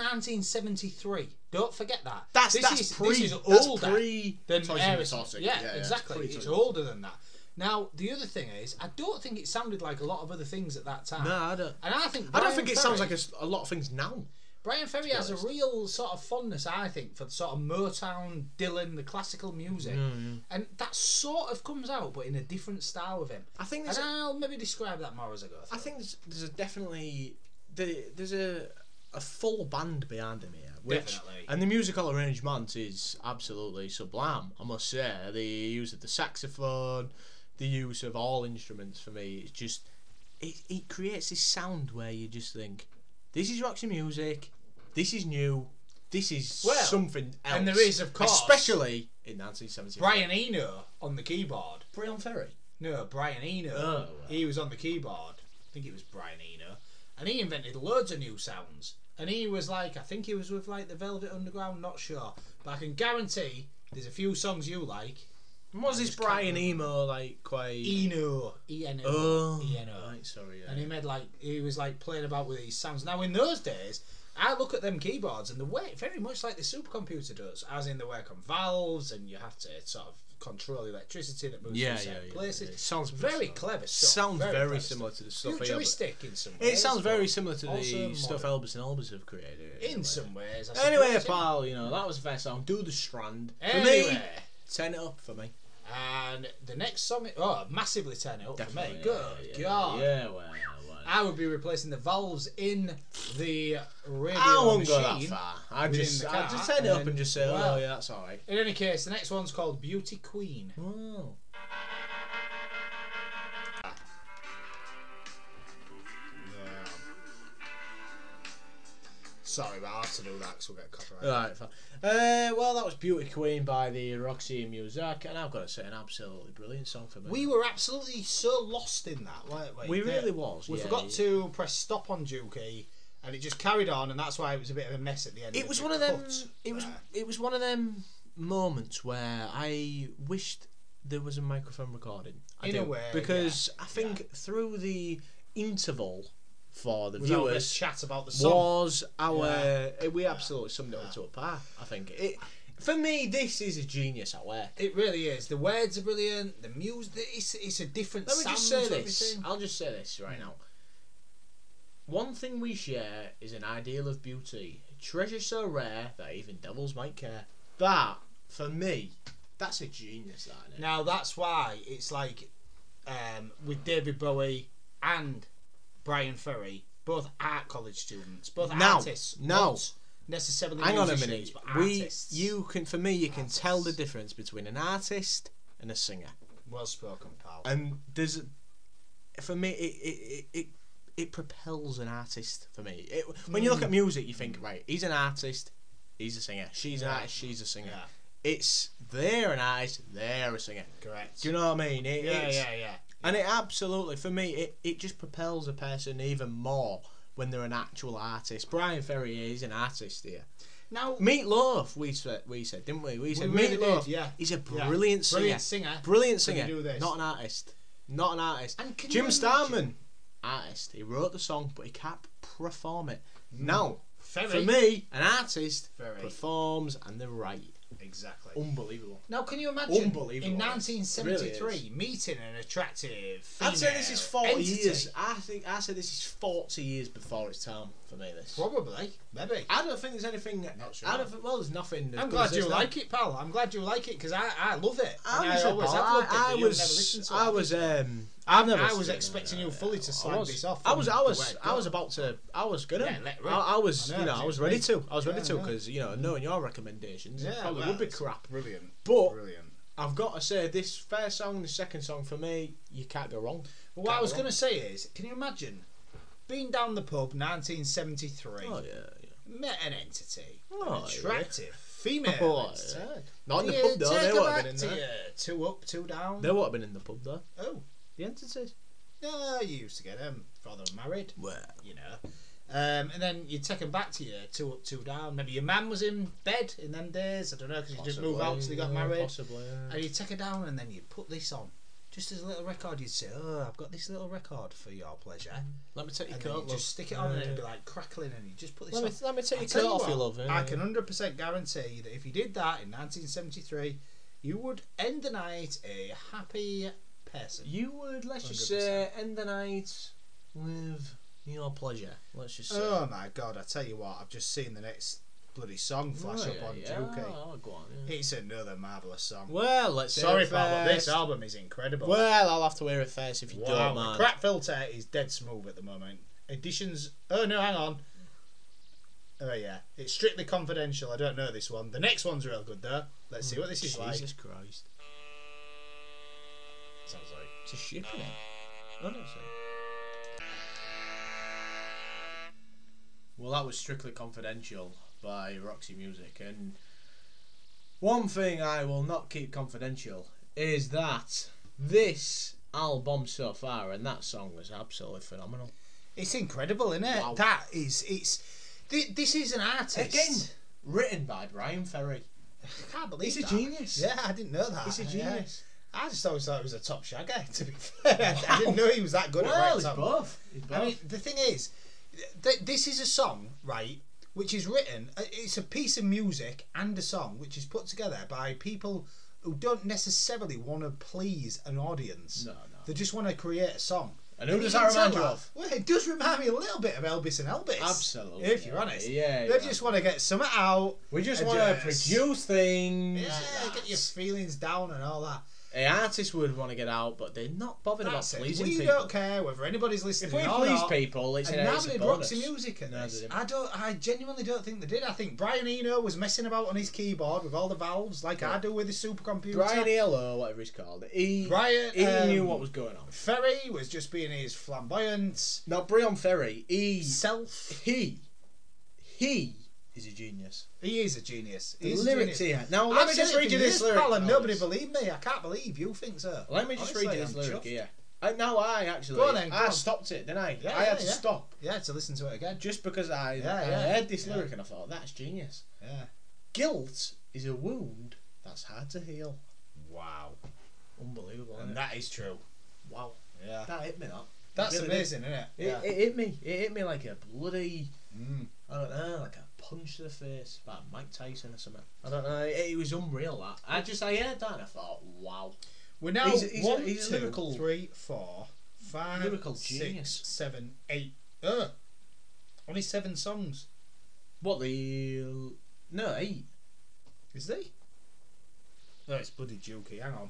[SPEAKER 2] 1973. Don't forget that.
[SPEAKER 1] That's
[SPEAKER 2] this
[SPEAKER 1] that's
[SPEAKER 2] is,
[SPEAKER 1] pre.
[SPEAKER 2] This is
[SPEAKER 1] that's
[SPEAKER 2] older
[SPEAKER 1] pre.
[SPEAKER 2] than
[SPEAKER 1] Toys in the
[SPEAKER 2] Aerosmith.
[SPEAKER 1] Attic.
[SPEAKER 2] Yeah,
[SPEAKER 1] yeah,
[SPEAKER 2] exactly.
[SPEAKER 1] pre-
[SPEAKER 2] It's older than that. Now, the other thing is, I don't think it sounded like a lot of other things at that time.
[SPEAKER 1] No, I don't.
[SPEAKER 2] And I think
[SPEAKER 1] I
[SPEAKER 2] Brian
[SPEAKER 1] don't think it sounds like
[SPEAKER 2] Ferry-
[SPEAKER 1] a, s- a lot of things now.
[SPEAKER 2] Brian Ferry has a
[SPEAKER 1] honest.
[SPEAKER 2] real sort of fondness, I think, for the sort of Motown, Dylan, the classical music,
[SPEAKER 1] Mm,
[SPEAKER 2] and that sort of comes out, but in a different style with him.
[SPEAKER 1] I think
[SPEAKER 2] And
[SPEAKER 1] there's a-
[SPEAKER 2] I'll maybe describe that more as I go.
[SPEAKER 1] I
[SPEAKER 2] Through.
[SPEAKER 1] think there's, there's a definitely the, there's a a full band behind him here, which
[SPEAKER 2] Definitely.
[SPEAKER 1] and the musical arrangement is absolutely sublime. I must say the use of the saxophone, the use of all instruments for me, it's just it it creates this sound where you just think this is Roxy music, this is new, this is
[SPEAKER 2] Well,
[SPEAKER 1] something else,
[SPEAKER 2] and there is, of course-
[SPEAKER 1] especially in 1970.
[SPEAKER 2] Brian Eno on the keyboard.
[SPEAKER 1] Brian Ferry.
[SPEAKER 2] No, Brian Eno.
[SPEAKER 1] Oh, wow.
[SPEAKER 2] He was on the keyboard. I think it was Brian Eno. And he invented loads of new sounds. And he was like, I think he was with like the Velvet Underground, not sure. But I can guarantee There's a few songs you like.
[SPEAKER 1] And was
[SPEAKER 2] I
[SPEAKER 1] this
[SPEAKER 2] just can't
[SPEAKER 1] Brian
[SPEAKER 2] remember.
[SPEAKER 1] Eno like quite?
[SPEAKER 2] Eno. E E-N-O.
[SPEAKER 1] oh,
[SPEAKER 2] E-N-O.
[SPEAKER 1] right, sorry. Yeah.
[SPEAKER 2] And he made like he was like playing about with these sounds. Now in those days, I look at them keyboards and the way very much like the supercomputer does, as in they work on valves and you have to sort of control electricity that moves
[SPEAKER 1] yeah,
[SPEAKER 2] to
[SPEAKER 1] yeah,
[SPEAKER 2] certain
[SPEAKER 1] yeah,
[SPEAKER 2] places.
[SPEAKER 1] yeah. Sounds
[SPEAKER 2] Very
[SPEAKER 1] similar.
[SPEAKER 2] clever stuff.
[SPEAKER 1] Sounds very,
[SPEAKER 2] clever stuff.
[SPEAKER 1] similar to the
[SPEAKER 2] Few
[SPEAKER 1] stuff. Elvis-
[SPEAKER 2] joystick in some ways.
[SPEAKER 1] It sounds
[SPEAKER 2] but
[SPEAKER 1] very similar to
[SPEAKER 2] also
[SPEAKER 1] the stuff
[SPEAKER 2] modern.
[SPEAKER 1] Elvis and Elvis have created.
[SPEAKER 2] in some ways. I
[SPEAKER 1] Anyway,
[SPEAKER 2] suppose, yeah.
[SPEAKER 1] pal, you know that was the first song. Do the Strand for me.
[SPEAKER 2] Anyway,
[SPEAKER 1] Ten it up for me.
[SPEAKER 2] and the next song, oh, massively turn it up for me.
[SPEAKER 1] Definitely.
[SPEAKER 2] Good
[SPEAKER 1] yeah,
[SPEAKER 2] God.
[SPEAKER 1] Yeah, well, well.
[SPEAKER 2] I would be replacing the valves in the radio
[SPEAKER 1] I won't
[SPEAKER 2] machine.
[SPEAKER 1] go that far. I
[SPEAKER 2] within
[SPEAKER 1] just,
[SPEAKER 2] the
[SPEAKER 1] I
[SPEAKER 2] car,
[SPEAKER 1] just turn it up
[SPEAKER 2] and
[SPEAKER 1] and just say,
[SPEAKER 2] well-
[SPEAKER 1] oh yeah, that's alright.
[SPEAKER 2] In any case, the next one's called Beauty Queen.
[SPEAKER 1] Wow.
[SPEAKER 2] Sorry, but I have to do that because we'll get copyright.
[SPEAKER 1] Right, fine. Uh, well, that was Beauty Queen by the Roxy Music, and I've got to say, an absolutely brilliant song for me.
[SPEAKER 2] We were absolutely so lost in that, weren't we?
[SPEAKER 1] We
[SPEAKER 2] That
[SPEAKER 1] really was.
[SPEAKER 2] We
[SPEAKER 1] yeah.
[SPEAKER 2] forgot to press stop on Dookie, and it just carried on, and that's why it was a bit of a mess at the end.
[SPEAKER 1] It was
[SPEAKER 2] the
[SPEAKER 1] one of them.
[SPEAKER 2] cut Uh.
[SPEAKER 1] It was.
[SPEAKER 2] there.
[SPEAKER 1] It was one of them moments where I wished there was a microphone recording. I
[SPEAKER 2] In a
[SPEAKER 1] do,
[SPEAKER 2] way,
[SPEAKER 1] because I think through the interval for the
[SPEAKER 2] With all this
[SPEAKER 1] viewers
[SPEAKER 2] chat about the song.
[SPEAKER 1] was our.
[SPEAKER 2] Yeah.
[SPEAKER 1] eh, We absolutely summed it up to a par. I think it. For me, this is a genius at work.
[SPEAKER 2] It really is. The words are brilliant. The music, it's, it's a different
[SPEAKER 1] Let me just
[SPEAKER 2] sound
[SPEAKER 1] say
[SPEAKER 2] to
[SPEAKER 1] this.
[SPEAKER 2] everything. Mm.
[SPEAKER 1] I'll just say this right now. One thing we share is an ideal of beauty, a treasure so rare that even devils might care. That, for me, that's a genius, that isn't it?
[SPEAKER 2] Now that's why it's like um, with David Bowie and Brian Ferry, both art college students, both
[SPEAKER 1] Now,
[SPEAKER 2] artists.
[SPEAKER 1] now.
[SPEAKER 2] not necessarily
[SPEAKER 1] Hang on a
[SPEAKER 2] musicians,
[SPEAKER 1] minute.
[SPEAKER 2] but
[SPEAKER 1] We,
[SPEAKER 2] artists.
[SPEAKER 1] you can, for me, you can tell the
[SPEAKER 2] Artists.
[SPEAKER 1] difference between an artist and a singer.
[SPEAKER 2] well spoken, pal.
[SPEAKER 1] And there's, for me, it it it, it propels an artist. For me, it, when you look
[SPEAKER 2] Mm.
[SPEAKER 1] at music, you think, right, he's an artist, he's a singer. She's an
[SPEAKER 2] Yeah.
[SPEAKER 1] artist, she's a singer.
[SPEAKER 2] Yeah.
[SPEAKER 1] It's they're an artist, they're a singer.
[SPEAKER 2] Correct.
[SPEAKER 1] Do you know what I mean? It,
[SPEAKER 2] yeah,
[SPEAKER 1] it's-
[SPEAKER 2] yeah, yeah.
[SPEAKER 1] And it absolutely, for me, it, it just propels a person even more when they're an actual artist. Brian Ferry is an artist here.
[SPEAKER 2] Now
[SPEAKER 1] Meatloaf, we said, we said, didn't we? We said
[SPEAKER 2] really did,
[SPEAKER 1] Meatloaf.
[SPEAKER 2] yeah.
[SPEAKER 1] He's a
[SPEAKER 2] yeah.
[SPEAKER 1] brilliant singer.
[SPEAKER 2] brilliant singer.
[SPEAKER 1] Brilliant
[SPEAKER 2] Can you
[SPEAKER 1] singer.
[SPEAKER 2] do this?
[SPEAKER 1] Not an artist. Not an artist.
[SPEAKER 2] And can
[SPEAKER 1] Jim
[SPEAKER 2] you
[SPEAKER 1] Starman, artist. He wrote the song, but he can't perform it.
[SPEAKER 2] Hmm.
[SPEAKER 1] Now,
[SPEAKER 2] Ferry.
[SPEAKER 1] for me, an artist
[SPEAKER 2] Very.
[SPEAKER 1] performs and they're right.
[SPEAKER 2] exactly.
[SPEAKER 1] Unbelievable.
[SPEAKER 2] Now, can you imagine?
[SPEAKER 1] Unbelievable.
[SPEAKER 2] In
[SPEAKER 1] It
[SPEAKER 2] 1973,
[SPEAKER 1] really
[SPEAKER 2] meeting an attractive. Female
[SPEAKER 1] I'd say this is 40
[SPEAKER 2] entity.
[SPEAKER 1] years. I think I say this is 40 years before its time for me. This.
[SPEAKER 2] Probably, maybe.
[SPEAKER 1] I don't think there's anything.
[SPEAKER 2] Not sure.
[SPEAKER 1] I don't think, well, there's nothing. as
[SPEAKER 2] I'm
[SPEAKER 1] good
[SPEAKER 2] glad
[SPEAKER 1] as
[SPEAKER 2] you
[SPEAKER 1] this now.
[SPEAKER 2] like it, pal. I'm glad you like it because I, I love it.
[SPEAKER 1] I
[SPEAKER 2] And
[SPEAKER 1] was,
[SPEAKER 2] I always have loved it.
[SPEAKER 1] I,
[SPEAKER 2] but
[SPEAKER 1] I
[SPEAKER 2] you've never listened
[SPEAKER 1] was,
[SPEAKER 2] to it,
[SPEAKER 1] I
[SPEAKER 2] have
[SPEAKER 1] was,
[SPEAKER 2] you?
[SPEAKER 1] um, I've never.
[SPEAKER 2] I
[SPEAKER 1] listened
[SPEAKER 2] was
[SPEAKER 1] to it, no,
[SPEAKER 2] expecting
[SPEAKER 1] no,
[SPEAKER 2] you
[SPEAKER 1] no,
[SPEAKER 2] fully
[SPEAKER 1] no.
[SPEAKER 2] to
[SPEAKER 1] I
[SPEAKER 2] slag
[SPEAKER 1] was-
[SPEAKER 2] this off
[SPEAKER 1] I was,
[SPEAKER 2] from
[SPEAKER 1] I
[SPEAKER 2] the
[SPEAKER 1] was,
[SPEAKER 2] word
[SPEAKER 1] I was
[SPEAKER 2] go.
[SPEAKER 1] about to, I was gonna,
[SPEAKER 2] Yeah, let rip.
[SPEAKER 1] I, I was,
[SPEAKER 2] I know,
[SPEAKER 1] you know, I
[SPEAKER 2] it's
[SPEAKER 1] was ready
[SPEAKER 2] great.
[SPEAKER 1] to, I was ready
[SPEAKER 2] Yeah,
[SPEAKER 1] to,
[SPEAKER 2] I know.
[SPEAKER 1] because you know, knowing your recommendations, it probably
[SPEAKER 2] well,
[SPEAKER 1] would be
[SPEAKER 2] it's
[SPEAKER 1] crap.
[SPEAKER 2] Brilliant,
[SPEAKER 1] But
[SPEAKER 2] brilliant.
[SPEAKER 1] I've got to say, this first song, the second song for me, you can't go wrong.
[SPEAKER 2] Well, what I
[SPEAKER 1] Can't
[SPEAKER 2] was
[SPEAKER 1] go
[SPEAKER 2] going to say is, can you imagine being down the pub, 1973,
[SPEAKER 1] wrong. Oh yeah, yeah.
[SPEAKER 2] met an entity,
[SPEAKER 1] Oh,
[SPEAKER 2] an
[SPEAKER 1] yeah.
[SPEAKER 2] attractive female
[SPEAKER 1] Oh,
[SPEAKER 2] entity.
[SPEAKER 1] yeah. Not in the
[SPEAKER 2] Yeah,
[SPEAKER 1] pub though.
[SPEAKER 2] take
[SPEAKER 1] They
[SPEAKER 2] her
[SPEAKER 1] would have been
[SPEAKER 2] back
[SPEAKER 1] in
[SPEAKER 2] to
[SPEAKER 1] there.
[SPEAKER 2] you. Two up, two down.
[SPEAKER 1] They would have been in the pub though.
[SPEAKER 2] Oh,
[SPEAKER 1] The entities.
[SPEAKER 2] no, you used to get them. Father married.
[SPEAKER 1] Well,
[SPEAKER 2] you know. Um, and then you take them back to you, two up, two down. Maybe your man was in bed in them days. I don't know because you didn't move out till you got married.
[SPEAKER 1] Possibly. yeah.
[SPEAKER 2] And you take her down, and then you put this on, just as a little record. You'd say, "Oh, I've got this little record for your pleasure,"
[SPEAKER 1] Let me take your
[SPEAKER 2] and then you
[SPEAKER 1] coat. love.
[SPEAKER 2] just stick it on, and it'd
[SPEAKER 1] Yeah.
[SPEAKER 2] be like crackling, and you just put this
[SPEAKER 1] Let me, let
[SPEAKER 2] on.
[SPEAKER 1] me take
[SPEAKER 2] I
[SPEAKER 1] your
[SPEAKER 2] tell
[SPEAKER 1] coat off,
[SPEAKER 2] what,
[SPEAKER 1] you love.
[SPEAKER 2] I can hundred percent guarantee that if you did that in 1973, you would end the night a happy person.
[SPEAKER 1] You would, let's just
[SPEAKER 2] 100%.
[SPEAKER 1] say, end the night with your pleasure. Let's just say.
[SPEAKER 2] Oh my god! I tell you what, I've just seen the next bloody song flash
[SPEAKER 1] Oh,
[SPEAKER 2] up
[SPEAKER 1] yeah,
[SPEAKER 2] on
[SPEAKER 1] yeah,
[SPEAKER 2] Dookie.
[SPEAKER 1] oh, go on, yeah.
[SPEAKER 2] It's another marvellous song.
[SPEAKER 1] Well, let's hear
[SPEAKER 2] Sorry,
[SPEAKER 1] it
[SPEAKER 2] pal, but this
[SPEAKER 1] first.
[SPEAKER 2] album is incredible.
[SPEAKER 1] Well, I'll have to wear it first if you
[SPEAKER 2] wow,
[SPEAKER 1] don't
[SPEAKER 2] the
[SPEAKER 1] mind.
[SPEAKER 2] crap filter is dead smooth at the moment. Editions. Oh no, hang on. Oh yeah, it's strictly confidential. I don't know this one. The next one's real good though. Let's see what this is
[SPEAKER 1] Jesus
[SPEAKER 2] like.
[SPEAKER 1] Christ.
[SPEAKER 2] Sounds like.
[SPEAKER 1] It's a ship in it. Honestly. Well, that was strictly confidential by Roxy Music, and one thing I will not keep confidential is that this album so far and that song was absolutely phenomenal.
[SPEAKER 2] It's incredible, isn't it?
[SPEAKER 1] Wow.
[SPEAKER 2] That is. It's. Thi- This is an artist.
[SPEAKER 1] Again, written by Brian Ferry,
[SPEAKER 2] I can't believe
[SPEAKER 1] He's a
[SPEAKER 2] that.
[SPEAKER 1] genius.
[SPEAKER 2] Yeah, I didn't know that.
[SPEAKER 1] He's a
[SPEAKER 2] Yeah.
[SPEAKER 1] genius.
[SPEAKER 2] I just always thought he was a top shagger, to be fair. I didn't know he was that good
[SPEAKER 1] Well,
[SPEAKER 2] at
[SPEAKER 1] he's
[SPEAKER 2] right top.
[SPEAKER 1] both. He's both.
[SPEAKER 2] I mean, the thing is, th- this is a song, right, which is written, uh, it's a piece of music and a song which is put together by people who don't necessarily want to please an audience.
[SPEAKER 1] No, no.
[SPEAKER 2] They just want to create a song.
[SPEAKER 1] and who
[SPEAKER 2] You
[SPEAKER 1] does
[SPEAKER 2] can
[SPEAKER 1] that
[SPEAKER 2] tell
[SPEAKER 1] remind you of?
[SPEAKER 2] Well, it does remind me a little bit of Elvis and Elvis.
[SPEAKER 1] Absolutely.
[SPEAKER 2] If you're honest.
[SPEAKER 1] Yeah.
[SPEAKER 2] They
[SPEAKER 1] yeah.
[SPEAKER 2] just want to get something out.
[SPEAKER 1] we just
[SPEAKER 2] I
[SPEAKER 1] want to
[SPEAKER 2] just-
[SPEAKER 1] produce things.
[SPEAKER 2] Yeah, get your feelings down and all that.
[SPEAKER 1] The artists would want to get out, but they're not bothered
[SPEAKER 2] That's
[SPEAKER 1] about
[SPEAKER 2] it.
[SPEAKER 1] pleasing
[SPEAKER 2] we
[SPEAKER 1] people.
[SPEAKER 2] don't care whether anybody's listening.
[SPEAKER 1] If we
[SPEAKER 2] or
[SPEAKER 1] please
[SPEAKER 2] not.
[SPEAKER 1] people, it's an
[SPEAKER 2] And
[SPEAKER 1] it's
[SPEAKER 2] nobody
[SPEAKER 1] a
[SPEAKER 2] brought
[SPEAKER 1] bonus.
[SPEAKER 2] to music at
[SPEAKER 1] No, they
[SPEAKER 2] this.
[SPEAKER 1] didn't.
[SPEAKER 2] I don't. I genuinely don't think they did. I think Brian Eno was messing about on his keyboard with all the valves, like I do with the supercomputer.
[SPEAKER 1] Brian Elo, whatever he's called, he
[SPEAKER 2] Brian,
[SPEAKER 1] he
[SPEAKER 2] um,
[SPEAKER 1] knew what was going on.
[SPEAKER 2] Ferry was just being his flamboyant
[SPEAKER 1] Now, Brian Ferry, he
[SPEAKER 2] self.
[SPEAKER 1] he he is a genius.
[SPEAKER 2] He is a genius.
[SPEAKER 1] The
[SPEAKER 2] He is
[SPEAKER 1] lyrics
[SPEAKER 2] a genius.
[SPEAKER 1] he had. Now,
[SPEAKER 2] I've
[SPEAKER 1] let me
[SPEAKER 2] said
[SPEAKER 1] just
[SPEAKER 2] it
[SPEAKER 1] read
[SPEAKER 2] for
[SPEAKER 1] you this
[SPEAKER 2] years,
[SPEAKER 1] lyric.
[SPEAKER 2] pal, and
[SPEAKER 1] Alex.
[SPEAKER 2] nobody believed me. I can't believe you think so.
[SPEAKER 1] Let me just read
[SPEAKER 2] Honestly,
[SPEAKER 1] you this
[SPEAKER 2] I'm
[SPEAKER 1] lyric
[SPEAKER 2] chuffed.
[SPEAKER 1] here. I, no, I actually
[SPEAKER 2] Go on then, go
[SPEAKER 1] I
[SPEAKER 2] on.
[SPEAKER 1] stopped it, didn't I?
[SPEAKER 2] Yeah,
[SPEAKER 1] I had
[SPEAKER 2] yeah,
[SPEAKER 1] to
[SPEAKER 2] yeah.
[SPEAKER 1] stop
[SPEAKER 2] Yeah, to listen to it again.
[SPEAKER 1] just because I,
[SPEAKER 2] Yeah,
[SPEAKER 1] I
[SPEAKER 2] yeah.
[SPEAKER 1] heard this
[SPEAKER 2] Yeah.
[SPEAKER 1] lyric and I thought that's genius.
[SPEAKER 2] Yeah.
[SPEAKER 1] Guilt is a wound that's hard to heal.
[SPEAKER 2] Wow.
[SPEAKER 1] Unbelievable.
[SPEAKER 2] And
[SPEAKER 1] innit?
[SPEAKER 2] that is true.
[SPEAKER 1] wow,
[SPEAKER 2] Yeah.
[SPEAKER 1] that hit me. That
[SPEAKER 2] That's
[SPEAKER 1] Really
[SPEAKER 2] amazing, isn't it?
[SPEAKER 1] it,
[SPEAKER 2] Yeah.
[SPEAKER 1] it hit me. It hit me like a bloody.
[SPEAKER 2] Mm.
[SPEAKER 1] I don't know, like a punch to the face by Mike Tyson or something. I don't know. It, it was unreal. That I just I heard that and I thought, wow.
[SPEAKER 2] We're now
[SPEAKER 1] He's a- he's a-
[SPEAKER 2] one,
[SPEAKER 1] he's a
[SPEAKER 2] two,
[SPEAKER 1] lyrical-
[SPEAKER 2] three, four, five,
[SPEAKER 1] Lyrical
[SPEAKER 2] six,
[SPEAKER 1] genius.
[SPEAKER 2] seven, eight. Uh, only seven songs.
[SPEAKER 1] What the? No, eight.
[SPEAKER 2] Is they? No, it's bloody jokey. Hang on.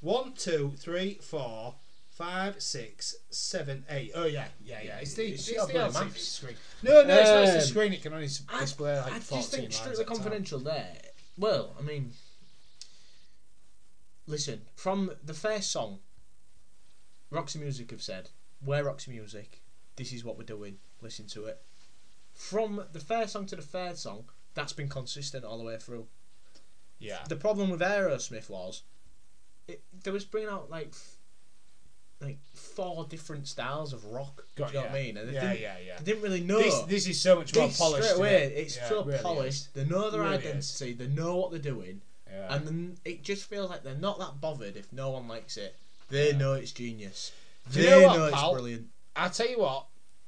[SPEAKER 2] One, two, three, four, five, six, seven, eight. Oh yeah, yeah, yeah. It's the
[SPEAKER 1] It's
[SPEAKER 2] it's,
[SPEAKER 1] not
[SPEAKER 2] the
[SPEAKER 1] bloody
[SPEAKER 2] LCD
[SPEAKER 1] maths.
[SPEAKER 2] screen. No, no, it's not. It's the
[SPEAKER 1] Um,
[SPEAKER 2] screen. It can only s-
[SPEAKER 1] I-
[SPEAKER 2] display like
[SPEAKER 1] I
[SPEAKER 2] fourteen
[SPEAKER 1] just think
[SPEAKER 2] lines
[SPEAKER 1] strictly
[SPEAKER 2] at a time.
[SPEAKER 1] confidential there. Well, I mean, listen from the first song. Roxy Music have said, "We're Roxy Music. This is what we're doing. Listen to it." From the first song to the third song, that's been consistent all the way through.
[SPEAKER 2] Yeah.
[SPEAKER 1] the problem with Aerosmith was it, they was bringing out like f- like four different styles of rock. Do
[SPEAKER 2] Got
[SPEAKER 1] you know
[SPEAKER 2] ya.
[SPEAKER 1] what I mean? And they,
[SPEAKER 2] Yeah,
[SPEAKER 1] didn't,
[SPEAKER 2] yeah, yeah.
[SPEAKER 1] they didn't really know.
[SPEAKER 2] This, this is so much more
[SPEAKER 1] This
[SPEAKER 2] polished.
[SPEAKER 1] straight
[SPEAKER 2] isn't
[SPEAKER 1] away,
[SPEAKER 2] it?
[SPEAKER 1] it's
[SPEAKER 2] Yeah,
[SPEAKER 1] so
[SPEAKER 2] it really is.
[SPEAKER 1] polished. They know their
[SPEAKER 2] Really is.
[SPEAKER 1] identity. They know what they're doing,
[SPEAKER 2] Yeah.
[SPEAKER 1] and then it just feels like they're not that bothered if no one likes it. They know it's genius.
[SPEAKER 2] Do
[SPEAKER 1] They
[SPEAKER 2] you know what,
[SPEAKER 1] it's
[SPEAKER 2] pal?
[SPEAKER 1] brilliant.
[SPEAKER 2] I'll tell you what,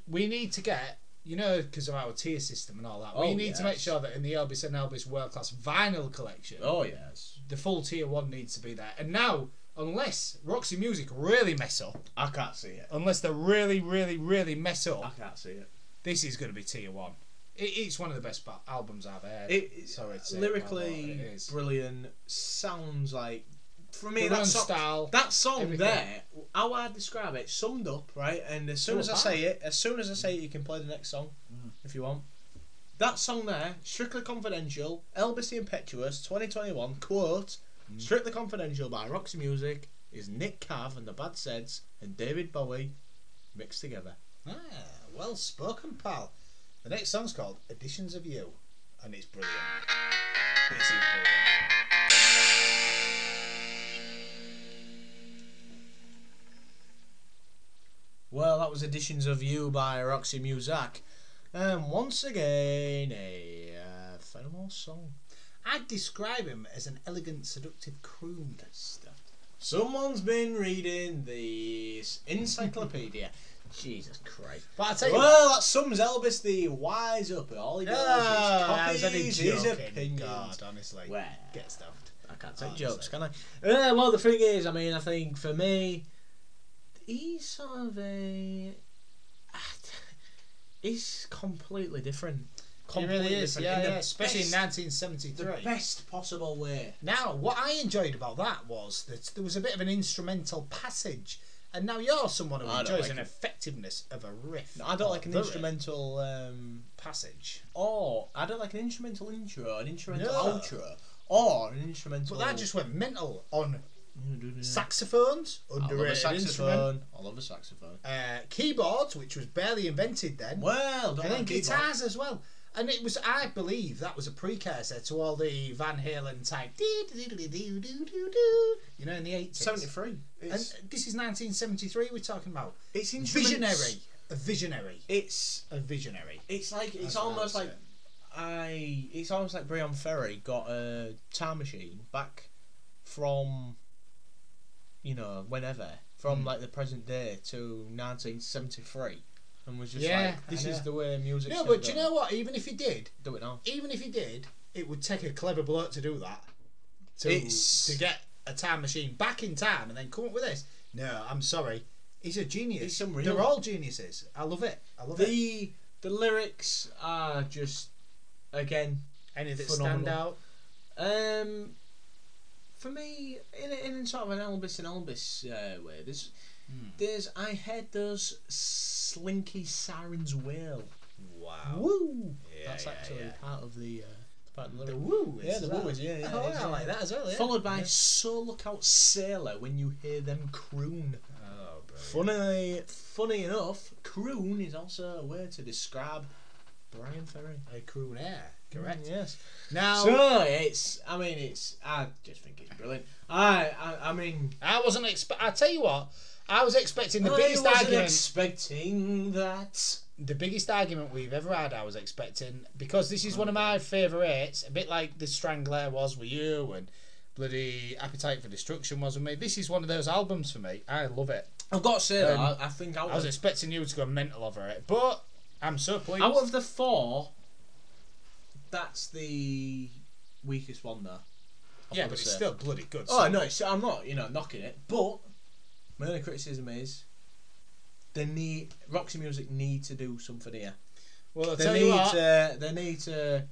[SPEAKER 2] we need to get, you know, because of our tier system and all that, we
[SPEAKER 1] Oh,
[SPEAKER 2] need
[SPEAKER 1] yes.
[SPEAKER 2] to make sure that in the Elvis and Elvis World Class vinyl collection,
[SPEAKER 1] Oh yes,
[SPEAKER 2] the full tier one needs to be there. And now, unless Roxy Music really mess up,
[SPEAKER 1] I can't see it.
[SPEAKER 2] unless they really, really, really mess
[SPEAKER 1] I
[SPEAKER 2] up,
[SPEAKER 1] can't see it.
[SPEAKER 2] this is going to be tier one. It, it's one of the best ba- albums I've heard.
[SPEAKER 1] It
[SPEAKER 2] Sorry to say it,
[SPEAKER 1] lyrically
[SPEAKER 2] but it is.
[SPEAKER 1] brilliant. Sounds like for me
[SPEAKER 2] The
[SPEAKER 1] that
[SPEAKER 2] run
[SPEAKER 1] song,
[SPEAKER 2] style,
[SPEAKER 1] that song
[SPEAKER 2] everything.
[SPEAKER 1] there. How I describe it, summed up right. And as soon
[SPEAKER 2] Not
[SPEAKER 1] as I
[SPEAKER 2] bad.
[SPEAKER 1] say it, as soon as I say it, you can play the next song
[SPEAKER 2] Mm.
[SPEAKER 1] if you want. That song there, strictly confidential. Elvis the Impetuous, 2021. Quote:
[SPEAKER 2] Mm.
[SPEAKER 1] Strictly confidential by Roxy Music is Nick Cav and the Bad Seds and David Bowie mixed together.
[SPEAKER 2] Ah, well spoken, pal. The next song's called Editions of You, and it's brilliant. It's brilliant.
[SPEAKER 1] Well, that was editions of You by Roxy Music. And once again, a uh, phenomenal song.
[SPEAKER 2] I'd describe him as an elegant, seductive croon.
[SPEAKER 1] Someone's been reading this encyclopedia. Jesus Christ.
[SPEAKER 2] But I tell you, what,
[SPEAKER 1] Well, that sums Elvis the wise up. All he does
[SPEAKER 2] Ah,
[SPEAKER 1] is
[SPEAKER 2] I was only
[SPEAKER 1] copies his
[SPEAKER 2] joking.
[SPEAKER 1] opinions.
[SPEAKER 2] God, honestly,
[SPEAKER 1] Well,
[SPEAKER 2] get stuffed.
[SPEAKER 1] I can't
[SPEAKER 2] Oh,
[SPEAKER 1] take
[SPEAKER 2] I'm
[SPEAKER 1] jokes,
[SPEAKER 2] sorry.
[SPEAKER 1] can I? Uh, well, the thing is, I mean, I think for me, he's sort of a. He's completely different. Completely different. in the
[SPEAKER 2] especially
[SPEAKER 1] best-
[SPEAKER 2] in
[SPEAKER 1] the
[SPEAKER 2] 1973.
[SPEAKER 1] best possible way.
[SPEAKER 2] Now, what I enjoyed about that was that there was a bit of an instrumental passage, and now you're someone who
[SPEAKER 1] I don't
[SPEAKER 2] enjoys
[SPEAKER 1] like
[SPEAKER 2] an
[SPEAKER 1] it.
[SPEAKER 2] effectiveness of a riff.
[SPEAKER 1] I don't like an
[SPEAKER 2] The riff
[SPEAKER 1] instrumental. Um,
[SPEAKER 2] passage,
[SPEAKER 1] or I don't like an instrumental intro, an instrumental
[SPEAKER 2] No.
[SPEAKER 1] outro, or an instrumental.
[SPEAKER 2] but that just went mental on
[SPEAKER 1] saxophone.
[SPEAKER 2] saxophones,
[SPEAKER 1] I love a
[SPEAKER 2] underrated instrument,
[SPEAKER 1] saxophone. I love a saxophone.
[SPEAKER 2] uh, keyboards, which was barely invented then.
[SPEAKER 1] Well, don't
[SPEAKER 2] and then
[SPEAKER 1] like keyboard.
[SPEAKER 2] guitars as well. And it was, I believe, that was a precursor to all the Van Halen type. dee dee dee dee dee doo doo doo, You know, in the eighties.
[SPEAKER 1] Seventy-three.
[SPEAKER 2] And
[SPEAKER 1] It's,
[SPEAKER 2] this is 1973. We're talking about
[SPEAKER 1] it's instruments-
[SPEAKER 2] visionary, a visionary,
[SPEAKER 1] It's
[SPEAKER 2] a visionary.
[SPEAKER 1] it's like it's
[SPEAKER 2] That's what I
[SPEAKER 1] almost
[SPEAKER 2] would
[SPEAKER 1] like I it's almost like Brian Ferry got a time machine back from you know whenever from
[SPEAKER 2] Hmm.
[SPEAKER 1] like the present day to 1973 and was just
[SPEAKER 2] Yeah,
[SPEAKER 1] like this
[SPEAKER 2] I
[SPEAKER 1] is
[SPEAKER 2] know.
[SPEAKER 1] the way music
[SPEAKER 2] No, but do you know what? Even if he did,
[SPEAKER 1] do it now
[SPEAKER 2] even if he did, it would take a clever bloke to do that. To,
[SPEAKER 1] It's-
[SPEAKER 2] to get a time machine back in time and then come up with this. No, I'm sorry. He's a genius.
[SPEAKER 1] He's unreal.
[SPEAKER 2] They're all geniuses. I love it. I love it.
[SPEAKER 1] the the lyrics are just again
[SPEAKER 2] Any that stand
[SPEAKER 1] phenomenal.
[SPEAKER 2] out.
[SPEAKER 1] Um, for me, in, a- in sort of an Elvis and Elvis uh, way, there's,
[SPEAKER 2] Hmm.
[SPEAKER 1] there's I heard those slinky sirens wail.
[SPEAKER 2] Wow.
[SPEAKER 1] Woo!
[SPEAKER 2] Oh. Yeah,
[SPEAKER 1] That's
[SPEAKER 2] yeah,
[SPEAKER 1] actually
[SPEAKER 2] yeah.
[SPEAKER 1] part of the uh, part of the,
[SPEAKER 2] The
[SPEAKER 1] lyric.
[SPEAKER 2] woo.
[SPEAKER 1] Yeah,
[SPEAKER 2] is
[SPEAKER 1] the
[SPEAKER 2] as well.
[SPEAKER 1] woo is- yeah, yeah,
[SPEAKER 2] Oh,
[SPEAKER 1] it is,
[SPEAKER 2] I
[SPEAKER 1] yeah.
[SPEAKER 2] like that as well. Yeah.
[SPEAKER 1] Followed by
[SPEAKER 2] Yeah.
[SPEAKER 1] so look out sailor when you hear them croon.
[SPEAKER 2] Oh, brilliant.
[SPEAKER 1] Funny, funny enough, croon is also a way to describe Brian Ferry.
[SPEAKER 2] A crew air. Correct.
[SPEAKER 1] Yes.
[SPEAKER 2] Now,
[SPEAKER 1] Mm, So it's, I mean, it's, I just think it's brilliant. I, I, I mean,
[SPEAKER 2] I wasn't expect. I tell you what, I was expecting the
[SPEAKER 1] I
[SPEAKER 2] biggest
[SPEAKER 1] wasn't
[SPEAKER 2] argument.
[SPEAKER 1] expecting that.
[SPEAKER 2] the biggest argument we've ever had, I was expecting, because this is one of my favourites, a bit like the Strangler was with you and bloody Appetite for Destruction was with me. This is one of those albums for me. I love it.
[SPEAKER 1] I've got to say
[SPEAKER 2] Um,
[SPEAKER 1] though, I, I think out
[SPEAKER 2] I was
[SPEAKER 1] of,
[SPEAKER 2] expecting you to go mental over it, but I'm so pleased.
[SPEAKER 1] out of the four, that's the weakest one there. I've
[SPEAKER 2] yeah,
[SPEAKER 1] gotta
[SPEAKER 2] but it's
[SPEAKER 1] say.
[SPEAKER 2] still bloody good.
[SPEAKER 1] Oh
[SPEAKER 2] so-
[SPEAKER 1] no, it's, I'm not. You know, knocking it, but my only criticism is they need Roxy Music need to do something here.
[SPEAKER 2] Well, I'll
[SPEAKER 1] They
[SPEAKER 2] tell
[SPEAKER 1] need
[SPEAKER 2] you what.
[SPEAKER 1] to. They need to.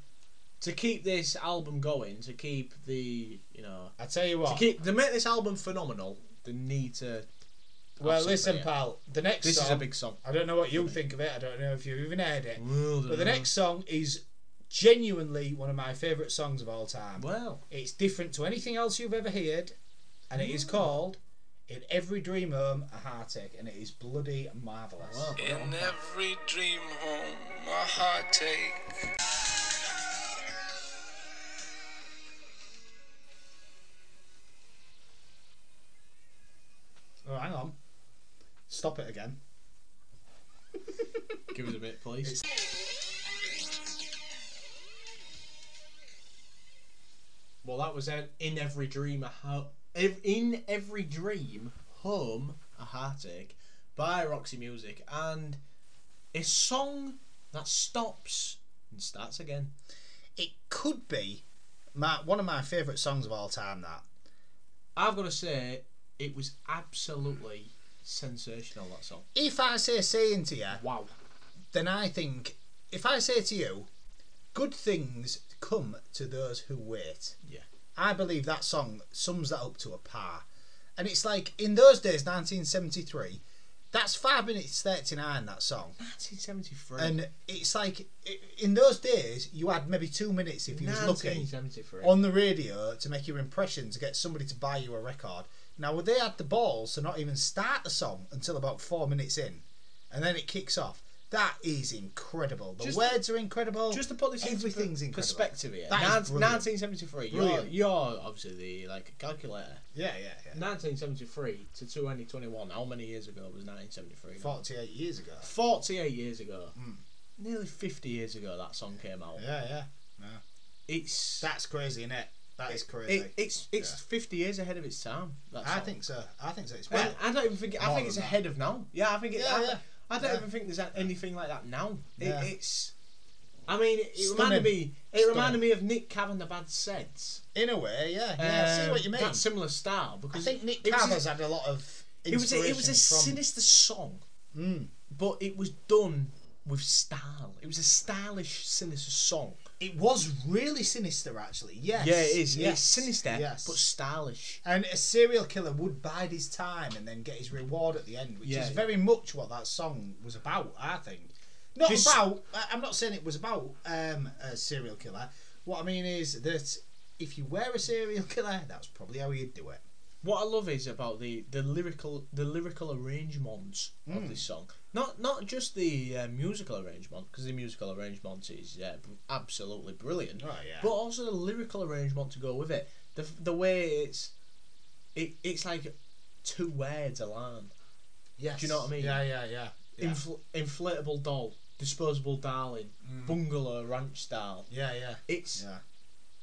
[SPEAKER 1] To keep this album going, to keep the you know,
[SPEAKER 2] I tell you
[SPEAKER 1] to
[SPEAKER 2] what.
[SPEAKER 1] keep to make this album phenomenal, they need to.
[SPEAKER 2] well,
[SPEAKER 1] have
[SPEAKER 2] listen,
[SPEAKER 1] something here.
[SPEAKER 2] pal. The next
[SPEAKER 1] This
[SPEAKER 2] song.
[SPEAKER 1] is a big song.
[SPEAKER 2] I don't know what you think of it. I don't know if you've even heard it.
[SPEAKER 1] Well,
[SPEAKER 2] But the next song is genuinely one of my favourite songs of all time.
[SPEAKER 1] Well,
[SPEAKER 2] It's different to anything else you've ever heard, and it is called "In Every Dream Home a Heartache," and it is bloody marvelous.
[SPEAKER 1] well,
[SPEAKER 3] In every dream home, a heartache.
[SPEAKER 2] Oh, hang on, stop it again.
[SPEAKER 1] give it a bit, please. Well, that was out in every dream. A ho- ev- in every dream, home a heartache by Roxy Music, and a song that stops and starts again.
[SPEAKER 2] It could be my one of my favourite songs of all time. That
[SPEAKER 1] I've got to say, it was absolutely sensational. That song.
[SPEAKER 2] if I say saying to you,
[SPEAKER 1] Wow.
[SPEAKER 2] then I think if I say to you, good things come to those who wait.
[SPEAKER 1] Yeah.
[SPEAKER 2] I believe that song sums that up to a par. And it's like in those days, 1973, that's five minutes 39, that song.
[SPEAKER 1] 1973.
[SPEAKER 2] And it's like i- in those days, you had maybe two minutes if you was lucky
[SPEAKER 1] 1973.
[SPEAKER 2] on the radio to make your impression to get somebody to buy you a record. Now they had the balls to not even start the song until about four minutes in, and then it kicks off. That is incredible. The
[SPEAKER 1] Just-
[SPEAKER 2] words are incredible.
[SPEAKER 1] just to put this
[SPEAKER 2] Everything's
[SPEAKER 1] into per-
[SPEAKER 2] incredible.
[SPEAKER 1] perspective here.
[SPEAKER 2] That is
[SPEAKER 1] Nin-
[SPEAKER 2] brilliant.
[SPEAKER 1] 1973. You're,
[SPEAKER 2] Brilliant.
[SPEAKER 1] you're obviously the like calculator.
[SPEAKER 2] yeah, yeah, yeah.
[SPEAKER 1] 1973 to 2021. How many years ago was 1973?
[SPEAKER 2] Forty-eight years ago.
[SPEAKER 1] 48 years ago. Nearly 50 years ago that song came out.
[SPEAKER 2] Mm. Yeah, yeah.
[SPEAKER 1] It's
[SPEAKER 2] That's crazy, innit? That is crazy.
[SPEAKER 1] it, it's it's 50 years ahead of its time. That
[SPEAKER 2] I
[SPEAKER 1] song.
[SPEAKER 2] think so. I think so. It's
[SPEAKER 1] And
[SPEAKER 2] well,
[SPEAKER 1] I don't even think. I
[SPEAKER 2] more
[SPEAKER 1] think
[SPEAKER 2] than
[SPEAKER 1] it's
[SPEAKER 2] that.
[SPEAKER 1] ahead of now. Yeah, I think. It,
[SPEAKER 2] Yeah,
[SPEAKER 1] I,
[SPEAKER 2] yeah.
[SPEAKER 1] I don't
[SPEAKER 2] Yeah.
[SPEAKER 1] even think there's a- anything like that now. It,
[SPEAKER 2] Yeah.
[SPEAKER 1] It's. I mean, it
[SPEAKER 2] Stunning.
[SPEAKER 1] reminded me. It reminded
[SPEAKER 2] Stunning.
[SPEAKER 1] me of Nick Cavan the Bad Sets.
[SPEAKER 2] in a way, yeah. Yeah, I see
[SPEAKER 1] Um,
[SPEAKER 2] what you mean.
[SPEAKER 1] That similar style
[SPEAKER 2] I
[SPEAKER 1] because
[SPEAKER 2] think Nick
[SPEAKER 1] it was a-
[SPEAKER 2] Carver's had a lot of
[SPEAKER 1] It was a,
[SPEAKER 2] inspiration
[SPEAKER 1] it was a
[SPEAKER 2] from.
[SPEAKER 1] sinister song,
[SPEAKER 2] Mm.
[SPEAKER 1] but it was done with style. It was a stylish, sinister song.
[SPEAKER 2] It was really sinister, actually. Yes.
[SPEAKER 1] yeah, it is.
[SPEAKER 2] Yes.
[SPEAKER 1] It's sinister,
[SPEAKER 2] Yes.
[SPEAKER 1] but stylish.
[SPEAKER 2] and a serial killer would bide his time and then get his reward at the end, which
[SPEAKER 1] Yeah,
[SPEAKER 2] is
[SPEAKER 1] yeah.
[SPEAKER 2] very much what that song was about. I think. Not
[SPEAKER 1] This-
[SPEAKER 2] about. I- I'm not saying it was about um, a serial killer. What I mean is that if you were a serial killer, that's probably how you'd do it.
[SPEAKER 1] What I love is about the, the lyrical the lyrical arrangements
[SPEAKER 2] Hmm.
[SPEAKER 1] of this song. Not not just the uh, musical arrangement because the musical arrangement is uh, b- absolutely brilliant.
[SPEAKER 2] Oh, yeah.
[SPEAKER 1] But also the lyrical arrangement to go with it. The f- the way it's it, it's like two words a line.
[SPEAKER 2] Yes.
[SPEAKER 1] you know what I mean?
[SPEAKER 2] Yeah, yeah, yeah. yeah.
[SPEAKER 1] Infl- inflatable doll. disposable darling,
[SPEAKER 2] Mm.
[SPEAKER 1] bungalow ranch style.
[SPEAKER 2] Yeah, yeah,
[SPEAKER 1] It's
[SPEAKER 2] yeah.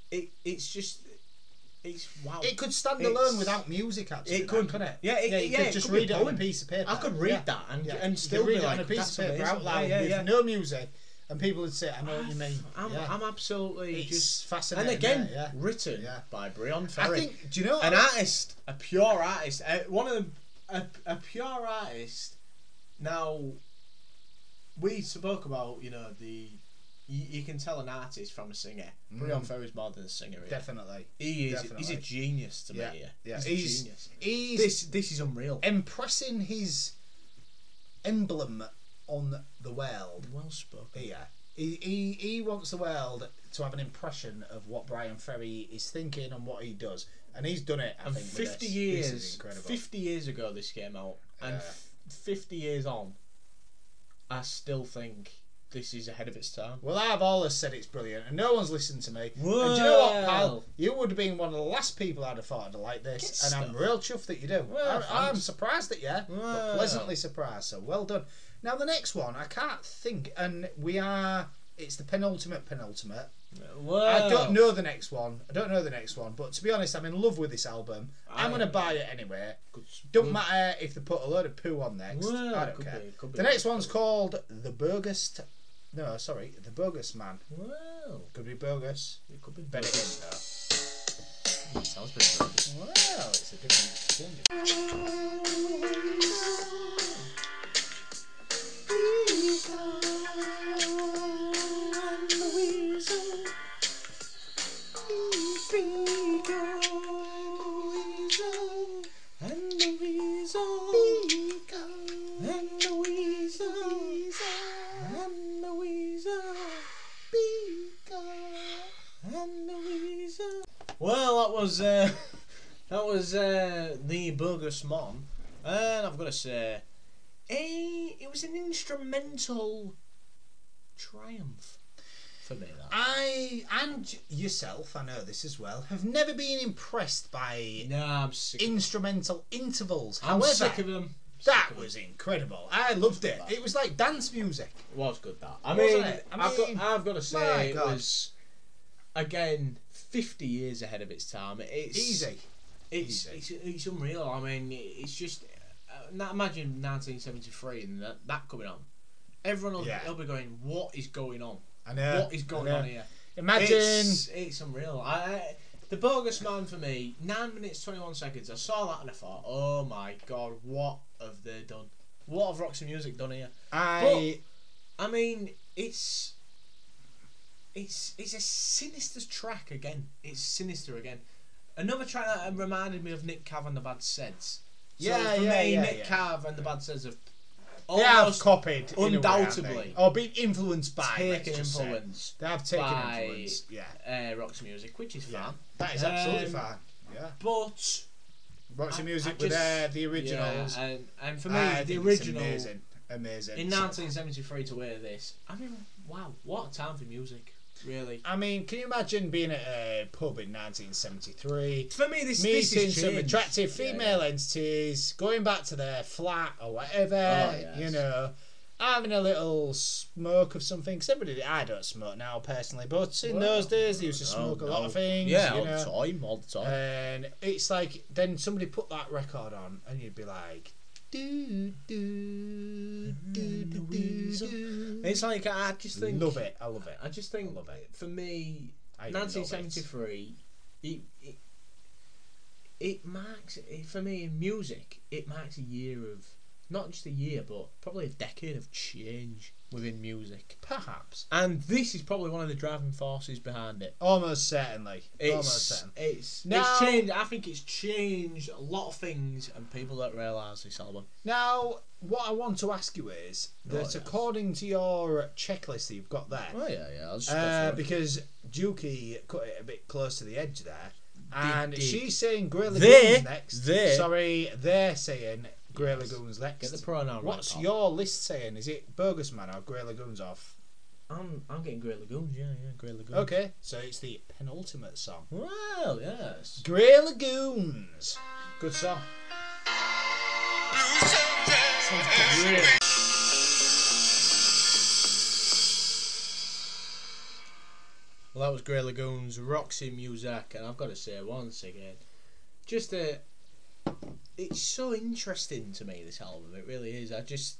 [SPEAKER 1] it it's just it's wow.
[SPEAKER 2] It could stand
[SPEAKER 1] It's-
[SPEAKER 2] alone without music, actually.
[SPEAKER 1] it
[SPEAKER 2] It
[SPEAKER 1] could.
[SPEAKER 2] could, couldn't it?
[SPEAKER 1] Yeah, it-
[SPEAKER 2] yeah. You
[SPEAKER 1] yeah,
[SPEAKER 2] could
[SPEAKER 1] it
[SPEAKER 2] just
[SPEAKER 1] could be
[SPEAKER 2] read it
[SPEAKER 1] a
[SPEAKER 2] on a
[SPEAKER 1] poem.
[SPEAKER 2] piece of paper.
[SPEAKER 1] I could read
[SPEAKER 2] yeah.
[SPEAKER 1] that and
[SPEAKER 2] Yeah.
[SPEAKER 1] and
[SPEAKER 2] You
[SPEAKER 1] still
[SPEAKER 2] could read
[SPEAKER 1] be
[SPEAKER 2] it
[SPEAKER 1] like
[SPEAKER 2] on a piece
[SPEAKER 1] that's
[SPEAKER 2] of paper
[SPEAKER 1] amazing.
[SPEAKER 2] out loud
[SPEAKER 1] Yeah,
[SPEAKER 2] with
[SPEAKER 1] yeah.
[SPEAKER 2] no music, and people would say, "I know what you mean."
[SPEAKER 1] I'm,
[SPEAKER 2] yeah.
[SPEAKER 1] I'm absolutely
[SPEAKER 2] it's
[SPEAKER 1] just and
[SPEAKER 2] fascinating.
[SPEAKER 1] again
[SPEAKER 2] yeah. yeah.
[SPEAKER 1] written
[SPEAKER 2] Yeah.
[SPEAKER 1] by Brian
[SPEAKER 2] I
[SPEAKER 1] Ferry.
[SPEAKER 2] think. Do you know?
[SPEAKER 1] an artist, a pure artist, uh, one of them, a, a pure artist. Now, we spoke about you know the, you, you can tell an artist from a singer.
[SPEAKER 2] Mm.
[SPEAKER 1] Brian Ferry's more than a singer. Here.
[SPEAKER 2] definitely.
[SPEAKER 1] He is. He's
[SPEAKER 2] definitely.
[SPEAKER 1] a genius to
[SPEAKER 2] Yeah,
[SPEAKER 1] me. Yeah.
[SPEAKER 2] yeah.
[SPEAKER 1] He's,
[SPEAKER 2] He's-
[SPEAKER 1] a genius.
[SPEAKER 2] He's
[SPEAKER 1] This this is unreal.
[SPEAKER 2] impressing his emblem on the world
[SPEAKER 1] Well spoken.
[SPEAKER 2] here. He, he, he wants the world to have an impression of what Brian Ferry is thinking and what he does. And he's done it, I
[SPEAKER 1] And
[SPEAKER 2] think. with
[SPEAKER 1] fifty
[SPEAKER 2] this. This is
[SPEAKER 1] years,
[SPEAKER 2] incredible.
[SPEAKER 1] fifty years ago, this came out, and
[SPEAKER 2] Yeah.
[SPEAKER 1] f- fifty years on, I still think this is ahead of its time.
[SPEAKER 2] Well, I've always said it's brilliant, and no one's listened to me. And do you know what,
[SPEAKER 1] Well.
[SPEAKER 2] pal? You would have been one of the last people I'd have thought to like this,
[SPEAKER 1] Get
[SPEAKER 2] and I'm
[SPEAKER 1] stuff.
[SPEAKER 2] real chuffed that you do.
[SPEAKER 1] Well,
[SPEAKER 2] I, I'm
[SPEAKER 1] thanks.
[SPEAKER 2] surprised that you, are, but
[SPEAKER 1] Well.
[SPEAKER 2] pleasantly surprised. So well done. Now the next one, I can't think, and we are. It's the penultimate penultimate. I don't know the next one. I don't know the next one, but to be honest, I'm in love with this album. I'm
[SPEAKER 1] I-
[SPEAKER 2] gonna buy it anyway.
[SPEAKER 1] Good-
[SPEAKER 2] Don't matter if they put a load of poo on next.
[SPEAKER 1] Well,
[SPEAKER 2] I don't
[SPEAKER 1] could
[SPEAKER 2] care.
[SPEAKER 1] be, could be.
[SPEAKER 2] The next one's called The Burgess. T- no, sorry, The Burgess Man.
[SPEAKER 1] Wow.
[SPEAKER 2] Could be Burgess.
[SPEAKER 1] It could be
[SPEAKER 2] Better
[SPEAKER 1] better. uh,
[SPEAKER 2] than that.
[SPEAKER 1] sounds better.
[SPEAKER 2] Well, it's a different thing.
[SPEAKER 1] Well, that was uh, that was uh, the Burgess Mom, and I've got to say, eh, it was an instrumental triumph for me. That.
[SPEAKER 2] I and yourself, I know this as well, have never been impressed by
[SPEAKER 1] Nah, I'm sick.
[SPEAKER 2] instrumental intervals.
[SPEAKER 1] I'm
[SPEAKER 2] However,
[SPEAKER 1] sick of them.
[SPEAKER 2] that was incredible. I loved it. It was like dance music.
[SPEAKER 1] was good. That I
[SPEAKER 2] Wasn't
[SPEAKER 1] mean,
[SPEAKER 2] it? I
[SPEAKER 1] I have
[SPEAKER 2] mean,
[SPEAKER 1] got I've got to
[SPEAKER 2] my
[SPEAKER 1] say it
[SPEAKER 2] God.
[SPEAKER 1] was again fifty years ahead of its time. It's
[SPEAKER 2] Easy.
[SPEAKER 1] It's
[SPEAKER 2] Easy.
[SPEAKER 1] it's, it's unreal. I mean, it's just uh, now imagine 1973 and that, that coming on. Everyone will,
[SPEAKER 2] Yeah.
[SPEAKER 1] will be going, "What is going on?
[SPEAKER 2] I know.
[SPEAKER 1] what is going
[SPEAKER 2] I know.
[SPEAKER 1] on here?"
[SPEAKER 2] Imagine.
[SPEAKER 1] It's, it's unreal. I, I, the bogus man for me, nine minutes twenty one seconds. I saw that and I thought, "Oh my god, what have they done? What have Roxy Music done here?"
[SPEAKER 2] I.
[SPEAKER 1] I mean, it's it's it's a sinister track again. It's sinister again. Another track that reminded me of Nick Cav and the Bad Seds. So
[SPEAKER 2] Yeah,
[SPEAKER 1] for
[SPEAKER 2] yeah,
[SPEAKER 1] me,
[SPEAKER 2] yeah,
[SPEAKER 1] Nick
[SPEAKER 2] yeah.
[SPEAKER 1] Cav and the Bad Seds have
[SPEAKER 2] They have
[SPEAKER 1] almost
[SPEAKER 2] copied in a way, haven't
[SPEAKER 1] undoubtedly
[SPEAKER 2] they? or been influenced by.
[SPEAKER 1] taken
[SPEAKER 2] let's just say.
[SPEAKER 1] influence
[SPEAKER 2] They have taken
[SPEAKER 1] by-
[SPEAKER 2] influence. Yeah,
[SPEAKER 1] uh, rock's music, which is fine.
[SPEAKER 2] yeah, that is absolutely
[SPEAKER 1] Um,
[SPEAKER 2] fine. Yeah,
[SPEAKER 1] But
[SPEAKER 2] Roxy
[SPEAKER 1] I-
[SPEAKER 2] Music
[SPEAKER 1] I
[SPEAKER 2] with
[SPEAKER 1] just-
[SPEAKER 2] uh, the originals.
[SPEAKER 1] yeah, and, and for me,
[SPEAKER 2] I
[SPEAKER 1] the
[SPEAKER 2] think it's
[SPEAKER 1] original
[SPEAKER 2] amazing, amazing.
[SPEAKER 1] in
[SPEAKER 2] So-
[SPEAKER 1] 1973 to wear this. I mean, wow, what a time for music, really.
[SPEAKER 2] I mean, can you imagine being at a pub in 1973?
[SPEAKER 1] For me, this this
[SPEAKER 2] Meeting
[SPEAKER 1] is
[SPEAKER 2] some
[SPEAKER 1] changed.
[SPEAKER 2] attractive
[SPEAKER 1] Yeah,
[SPEAKER 2] female entities, going back to their flat or whatever,
[SPEAKER 1] Oh,
[SPEAKER 2] you
[SPEAKER 1] yes.
[SPEAKER 2] know, having a little smoke of something. Because everybody, I don't smoke now personally, but in
[SPEAKER 1] Well,
[SPEAKER 2] those days, they used to
[SPEAKER 1] no,
[SPEAKER 2] smoke a
[SPEAKER 1] no.
[SPEAKER 2] lot of things.
[SPEAKER 1] Yeah,
[SPEAKER 2] you
[SPEAKER 1] all
[SPEAKER 2] know.
[SPEAKER 1] the time, all the time.
[SPEAKER 2] And it's like then somebody put that record on, and you'd be like, do do
[SPEAKER 1] Mm-hmm.
[SPEAKER 2] do do do. do.
[SPEAKER 1] it's like I just think,
[SPEAKER 2] Um, love it. I love it.
[SPEAKER 1] I just think,
[SPEAKER 2] love it.
[SPEAKER 1] for me,
[SPEAKER 2] I love it.
[SPEAKER 1] 1973, it. it it marks it, for me in music. It marks a year of not just a year, but probably a decade of change within music.
[SPEAKER 2] Perhaps.
[SPEAKER 1] And this is probably one of the driving forces behind it.
[SPEAKER 2] Almost certainly. Almost
[SPEAKER 1] It's
[SPEAKER 2] certainly.
[SPEAKER 1] it's,
[SPEAKER 2] Now-
[SPEAKER 1] it's changed. I think it's changed a lot of things, and people don't realise this album.
[SPEAKER 2] Now, what I want to ask you is that
[SPEAKER 1] Oh, yes.
[SPEAKER 2] according to your checklist that you've got there,
[SPEAKER 1] Oh yeah, yeah. I'll just go
[SPEAKER 2] uh,
[SPEAKER 1] through it.
[SPEAKER 2] because Dukey cut it a bit close to the edge there, and
[SPEAKER 1] did.
[SPEAKER 2] she's saying Grey
[SPEAKER 1] They-
[SPEAKER 2] Lagoon's next.
[SPEAKER 1] they-
[SPEAKER 2] Sorry, they're saying Grey Lagoon's next.
[SPEAKER 1] Get the pronoun
[SPEAKER 2] What's
[SPEAKER 1] right, Paul.
[SPEAKER 2] your list saying? Is it Burgess Man or Grey Lagoon's off?
[SPEAKER 1] I'm I'm getting Grey Lagoons. Yeah, yeah, Grey Lagoons.
[SPEAKER 2] Okay, so it's the penultimate song.
[SPEAKER 1] Well, yes.
[SPEAKER 2] Grey Lagoons. Good song.
[SPEAKER 3] Something.
[SPEAKER 1] Well, that was Grey Lagoon's Roxy Muzak, and I've got to say once again, just a. It's so interesting to me this album. It really is. I just.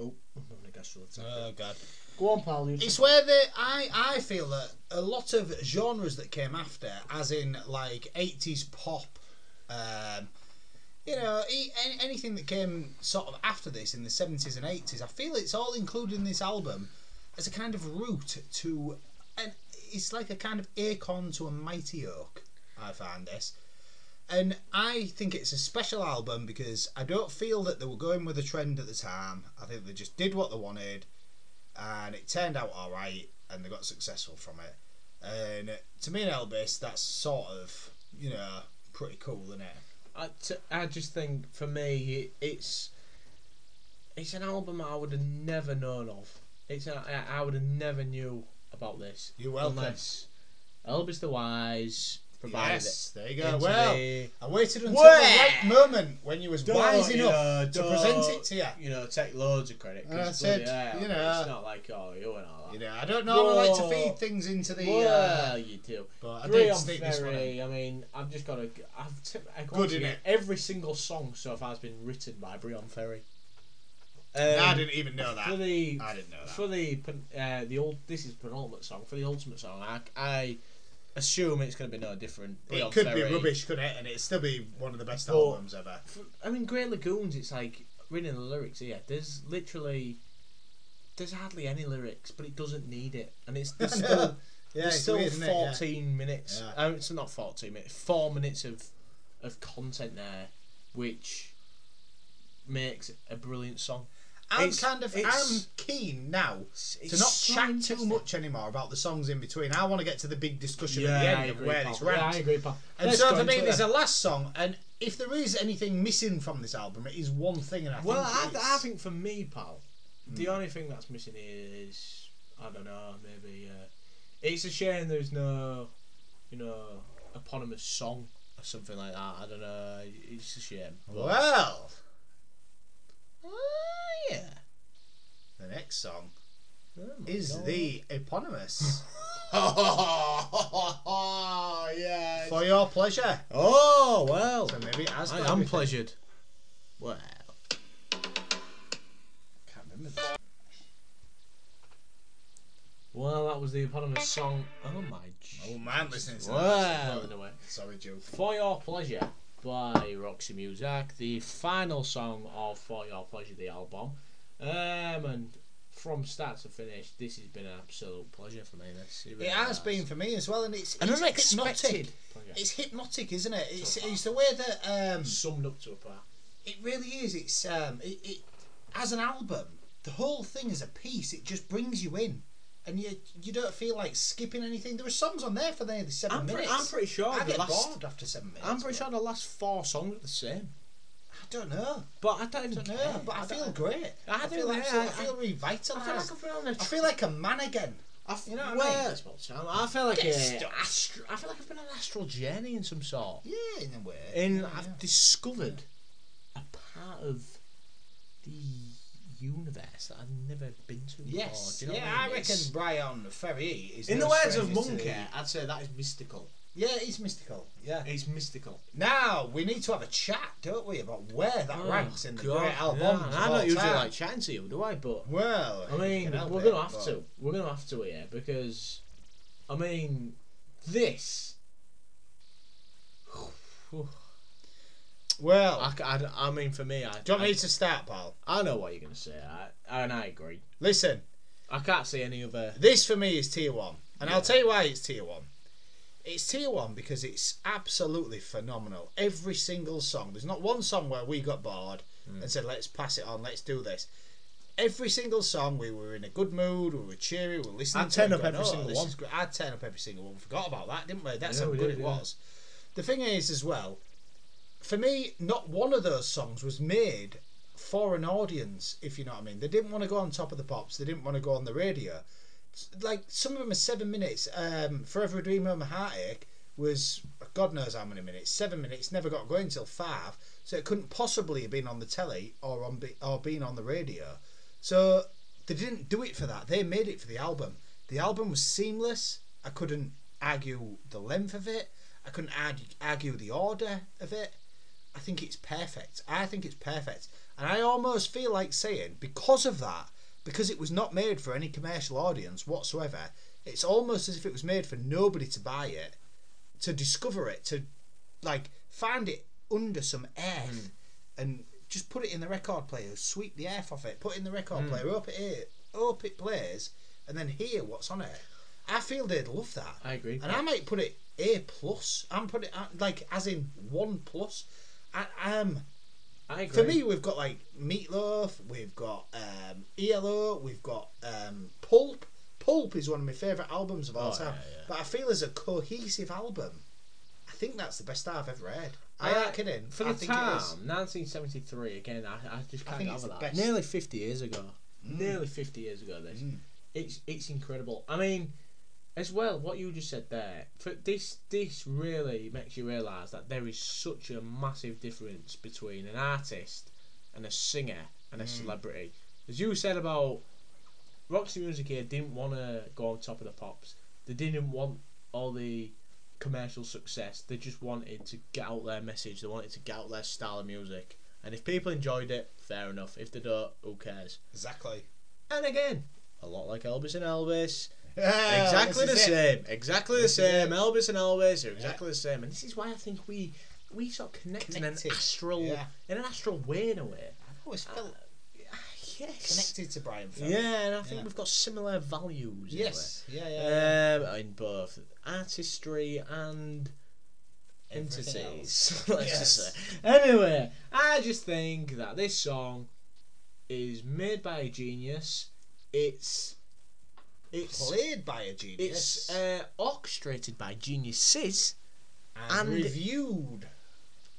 [SPEAKER 1] Oh, I'm having a gastro attack.
[SPEAKER 2] Oh god.
[SPEAKER 1] Go on, pal. You
[SPEAKER 2] It's where the I I feel that a lot of genres that came after, as in like eighties pop, um, you know, e- any, anything that came sort of after this in the seventies and eighties, I feel it's all included in this album as a kind of route to, and it's like a kind of acorn to a mighty oak. I find this. And I think it's a special album because I don't feel that they were going with a trend at the time. I think they just did what they wanted and it turned out all right, and they got successful from it. And to me and Elvis, that's sort of you know pretty cool, isn't it?
[SPEAKER 1] I, t- I just think for me it, it's it's an album I would have never known of. It's an, I, I would have never knew about this
[SPEAKER 2] You welcome.
[SPEAKER 1] unless Elvis the Wise provided
[SPEAKER 2] yes, there you
[SPEAKER 1] it.
[SPEAKER 2] go.
[SPEAKER 1] into
[SPEAKER 2] well,
[SPEAKER 1] the-
[SPEAKER 2] I waited until
[SPEAKER 1] Well.
[SPEAKER 2] the right moment when you was wise
[SPEAKER 1] Don't, you know,
[SPEAKER 2] enough to present
[SPEAKER 1] don't,
[SPEAKER 2] it to you.
[SPEAKER 1] You know, take loads of credit. 'cause
[SPEAKER 2] And I said,
[SPEAKER 1] bloody hell,
[SPEAKER 2] you know-
[SPEAKER 1] it's not like oh you and all that.
[SPEAKER 2] You know, I don't normally like to
[SPEAKER 1] Whoa.
[SPEAKER 2] feed things into the.
[SPEAKER 1] well,
[SPEAKER 2] Uh,
[SPEAKER 1] you do.
[SPEAKER 2] but I
[SPEAKER 1] Three
[SPEAKER 2] did
[SPEAKER 1] on
[SPEAKER 2] stick this one. in.
[SPEAKER 1] Ferry. I mean, I've just got to. I've t- I got
[SPEAKER 2] Good,
[SPEAKER 1] to
[SPEAKER 2] innit?
[SPEAKER 1] get- Every single song so far has been written by Brion Ferry.
[SPEAKER 2] No, I
[SPEAKER 1] Um,
[SPEAKER 2] didn't even know that.
[SPEAKER 1] for the
[SPEAKER 2] I didn't know that.
[SPEAKER 1] for the pen- uh, the old this is penultimate song for the ultimate song. I, I assume it's going to be no different.
[SPEAKER 2] it
[SPEAKER 1] Beyond
[SPEAKER 2] could
[SPEAKER 1] Ferry.
[SPEAKER 2] be rubbish, couldn't it? And it'd still be one of the best
[SPEAKER 1] eh? But-
[SPEAKER 2] albums ever.
[SPEAKER 1] F- I mean, Grey Lagoons. It's like reading the lyrics here. There's literally there's hardly any lyrics, but it doesn't need it, and it's there's still
[SPEAKER 2] yeah,
[SPEAKER 1] there's
[SPEAKER 2] it's
[SPEAKER 1] still
[SPEAKER 2] weird, isn't it? Yeah.
[SPEAKER 1] fourteen minutes.
[SPEAKER 2] Yeah.
[SPEAKER 1] Oh, it's not fourteen minutes. Four minutes of of content there, which makes a brilliant song.
[SPEAKER 2] I'm
[SPEAKER 1] It's-
[SPEAKER 2] kind of I'm
[SPEAKER 1] it's-
[SPEAKER 2] keen now
[SPEAKER 1] It's,
[SPEAKER 2] to
[SPEAKER 1] it's
[SPEAKER 2] not
[SPEAKER 1] so
[SPEAKER 2] chat too
[SPEAKER 1] interesting.
[SPEAKER 2] much anymore about the songs in between. I want to get to the big discussion
[SPEAKER 1] Yeah,
[SPEAKER 2] at the
[SPEAKER 1] I
[SPEAKER 2] end
[SPEAKER 1] agree,
[SPEAKER 2] of where
[SPEAKER 1] pal.
[SPEAKER 2] this
[SPEAKER 1] yeah,
[SPEAKER 2] ranks.
[SPEAKER 1] I agree, pal.
[SPEAKER 2] and
[SPEAKER 1] Let's
[SPEAKER 2] so
[SPEAKER 1] go
[SPEAKER 2] for me,
[SPEAKER 1] into
[SPEAKER 2] there's
[SPEAKER 1] that.
[SPEAKER 2] a last song, and if there is anything missing from this album, it is one thing, and I
[SPEAKER 1] Well, I,
[SPEAKER 2] think
[SPEAKER 1] I
[SPEAKER 2] it's-
[SPEAKER 1] think for me, pal,
[SPEAKER 2] Hmm.
[SPEAKER 1] the only thing that's missing is I don't know. Maybe uh, it's a shame there's no, you know, eponymous song or something like that. I don't know. It's a shame. But,
[SPEAKER 2] well,
[SPEAKER 1] Ah, yeah.
[SPEAKER 2] the next song
[SPEAKER 1] Oh my
[SPEAKER 2] is
[SPEAKER 1] God.
[SPEAKER 2] the eponymous
[SPEAKER 1] oh, yeah.
[SPEAKER 2] for your pleasure.
[SPEAKER 1] Oh well.
[SPEAKER 2] So maybe it has.
[SPEAKER 1] I
[SPEAKER 2] got
[SPEAKER 1] am
[SPEAKER 2] everything.
[SPEAKER 1] pleasured. Well. Can't remember that. Well, that was the eponymous song. Oh my
[SPEAKER 2] I
[SPEAKER 1] g.
[SPEAKER 2] wouldn't mind listening to
[SPEAKER 1] Well,
[SPEAKER 2] this.
[SPEAKER 1] anyway.
[SPEAKER 2] Sorry, Joe.
[SPEAKER 1] For Your Pleasure by Roxy Muzak, the final song of For Your Pleasure, the album. Um, and from start to finish, this has been an absolute pleasure for me. This
[SPEAKER 2] It has been for me as well, and it's,
[SPEAKER 1] an
[SPEAKER 2] it's
[SPEAKER 1] unexpected
[SPEAKER 2] hypnotic.
[SPEAKER 1] pleasure.
[SPEAKER 2] It's hypnotic, isn't it? It's, it's the way that um,
[SPEAKER 1] summed up to a par.
[SPEAKER 2] It really is. It's um, it, it as an album, the whole thing is a piece. It just brings you in, and you you don't feel like skipping anything. There were songs on there for nearly 7
[SPEAKER 1] I'm, pre-
[SPEAKER 2] minutes.
[SPEAKER 1] I'm pretty sure
[SPEAKER 2] I
[SPEAKER 1] the
[SPEAKER 2] get
[SPEAKER 1] last
[SPEAKER 2] bored after seven minutes.
[SPEAKER 1] I'm pretty sure the last four songs are the same.
[SPEAKER 2] I don't know.
[SPEAKER 1] But I don't even
[SPEAKER 2] I don't know.
[SPEAKER 1] care.
[SPEAKER 2] but I,
[SPEAKER 1] don't-
[SPEAKER 2] feel great.
[SPEAKER 1] I don't
[SPEAKER 2] feel
[SPEAKER 1] know,
[SPEAKER 2] absolute-
[SPEAKER 1] I-
[SPEAKER 2] I feel
[SPEAKER 1] I feel like
[SPEAKER 2] revitalized.
[SPEAKER 1] I've been on a
[SPEAKER 2] I feel like a man again.
[SPEAKER 1] I feel,
[SPEAKER 2] you know what I
[SPEAKER 1] well,
[SPEAKER 2] mean?
[SPEAKER 1] it's about time. I feel like
[SPEAKER 2] Get
[SPEAKER 1] a
[SPEAKER 2] stuck.
[SPEAKER 1] astro- I feel like I've been on an astral journey in some sort.
[SPEAKER 2] Yeah, in a way.
[SPEAKER 1] And
[SPEAKER 2] Yeah,
[SPEAKER 1] I've
[SPEAKER 2] yeah.
[SPEAKER 1] discovered a part of the universe that I've never been to before.
[SPEAKER 2] Yes.
[SPEAKER 1] Oh, Do you know
[SPEAKER 2] yeah,
[SPEAKER 1] what
[SPEAKER 2] I,
[SPEAKER 1] I mean?
[SPEAKER 2] reckon
[SPEAKER 1] It's-
[SPEAKER 2] Brian Ferry is.
[SPEAKER 1] in
[SPEAKER 2] no
[SPEAKER 1] the words of
[SPEAKER 2] stranger to
[SPEAKER 1] Monkey,
[SPEAKER 2] the-
[SPEAKER 1] I'd say that is mystical.
[SPEAKER 2] Yeah, he's mystical. Yeah.
[SPEAKER 1] It's mystical.
[SPEAKER 2] Now we need to have a chat, don't we, about where that ranks in the great albums.
[SPEAKER 1] Oh, yeah, and
[SPEAKER 2] of
[SPEAKER 1] I
[SPEAKER 2] all
[SPEAKER 1] don't usually
[SPEAKER 2] time.
[SPEAKER 1] like chatting to you, do I? But
[SPEAKER 2] Well,
[SPEAKER 1] I
[SPEAKER 2] if you
[SPEAKER 1] mean,
[SPEAKER 2] can help
[SPEAKER 1] we're
[SPEAKER 2] it,
[SPEAKER 1] gonna have
[SPEAKER 2] but-
[SPEAKER 1] to. We're gonna have to here because, I mean, this.
[SPEAKER 2] Well,
[SPEAKER 1] I, c- I- I mean, for me, I
[SPEAKER 2] do you want
[SPEAKER 1] I,
[SPEAKER 2] me to start, pal?
[SPEAKER 1] I know what you're gonna say, I, and I agree.
[SPEAKER 2] Listen,
[SPEAKER 1] I can't see any other.
[SPEAKER 2] this for me is tier one, and I'll tell you why it's tier one. It's tier one because it's absolutely phenomenal. Every single song. There's not one song where we got bored
[SPEAKER 1] Hmm.
[SPEAKER 2] and said, "Let's pass it on. Let's do this." Every single song, we were in a good mood. We were cheery. We were listening.
[SPEAKER 1] I'd
[SPEAKER 2] to it
[SPEAKER 1] turn
[SPEAKER 2] and
[SPEAKER 1] up
[SPEAKER 2] going,
[SPEAKER 1] every
[SPEAKER 2] "Oh,
[SPEAKER 1] single
[SPEAKER 2] this
[SPEAKER 1] one."
[SPEAKER 2] is great." I'd turn up every single one. We forgot about that, didn't we? That's
[SPEAKER 1] Yeah,
[SPEAKER 2] how
[SPEAKER 1] we
[SPEAKER 2] good
[SPEAKER 1] did,
[SPEAKER 2] it
[SPEAKER 1] yeah.
[SPEAKER 2] was. The thing is, as well, for me, not one of those songs was made for an audience. If you know what I mean, they didn't want to go on top of the pops. They didn't want to go on the radio. S- Like some of them are seven minutes. Um, Forever a Dreamer and My Heartache was God knows how many minutes. Seven minutes. Never got going till five. So it couldn't possibly have been on the telly or on be, or been on the radio. So they didn't do it for that. They made it for the album. The album was seamless I couldn't argue the length of it. I couldn't argue, argue the order of it. I think it's perfect. I think it's perfect. And I almost feel like saying, because of that, because it was not made for any commercial audience whatsoever, it's almost as if it was made for nobody to buy it, to discover it, to like find it under some earth and just put it in the record player, sweep the earth off it, put it in the record player, hope it, here, hope it plays, and then hear what's on it. I feel they'd love that.
[SPEAKER 1] I agree.
[SPEAKER 2] And I might put it A plus. I'm put it at- like as in one plus. I, um,
[SPEAKER 1] I agree.
[SPEAKER 2] for me, we've got like meatloaf, we've got um, ELO, we've got um, Pulp. Pulp is one of my favourite albums of all
[SPEAKER 1] Oh,
[SPEAKER 2] time.
[SPEAKER 1] yeah, yeah.
[SPEAKER 2] But I feel as a cohesive album, I think that's the best I've ever read. I,
[SPEAKER 1] Uh, I-
[SPEAKER 2] ain't kidding.
[SPEAKER 1] for
[SPEAKER 2] I
[SPEAKER 1] the
[SPEAKER 2] think
[SPEAKER 1] time,
[SPEAKER 2] it is.
[SPEAKER 1] 1973. Again, I, I just
[SPEAKER 2] I
[SPEAKER 1] can't
[SPEAKER 2] think
[SPEAKER 1] get
[SPEAKER 2] it's
[SPEAKER 1] over
[SPEAKER 2] the
[SPEAKER 1] that.
[SPEAKER 2] best. Mm.
[SPEAKER 1] Nearly 50 years ago. Nearly 50 years ago. This, it's it's incredible. I mean, as well, what you just said there. For this, this really makes you realise that there is such a massive difference between an artist and a singer and
[SPEAKER 2] Mm.
[SPEAKER 1] a celebrity. As you said about Roxy Music here, didn't want to go on top of the pops. They didn't want all the commercial success. They just wanted to get out their message. They wanted to get out their style of music. And if people enjoyed it, fair enough. If they don't, who cares?
[SPEAKER 2] Exactly.
[SPEAKER 1] And again, a lot like Elvis and Elvis.
[SPEAKER 2] Yeah,
[SPEAKER 1] exactly the
[SPEAKER 2] this is it.
[SPEAKER 1] same. Exactly the
[SPEAKER 2] This is
[SPEAKER 1] same.
[SPEAKER 2] it.
[SPEAKER 1] Elvis and Elvis are exactly the same. And this is why I think we we sort of connect in
[SPEAKER 2] Connected.
[SPEAKER 1] an astral
[SPEAKER 2] Yeah.
[SPEAKER 1] in an astral way in a way.
[SPEAKER 2] I've always Oh, felt
[SPEAKER 1] Yes.
[SPEAKER 2] connected to Brian Ferry.
[SPEAKER 1] Yeah, and I think
[SPEAKER 2] Yeah.
[SPEAKER 1] we've got similar values. in a way.
[SPEAKER 2] Yes. Yeah, yeah.
[SPEAKER 1] Um, in both artistry and
[SPEAKER 2] Everything
[SPEAKER 1] entities. Let's
[SPEAKER 2] Yes.
[SPEAKER 1] just say. Anyway, I just think that this song is made by a genius. It's it's
[SPEAKER 2] Played by a genius.
[SPEAKER 1] it's uh, orchestrated by geniuses
[SPEAKER 2] and,
[SPEAKER 1] and-
[SPEAKER 2] reviewed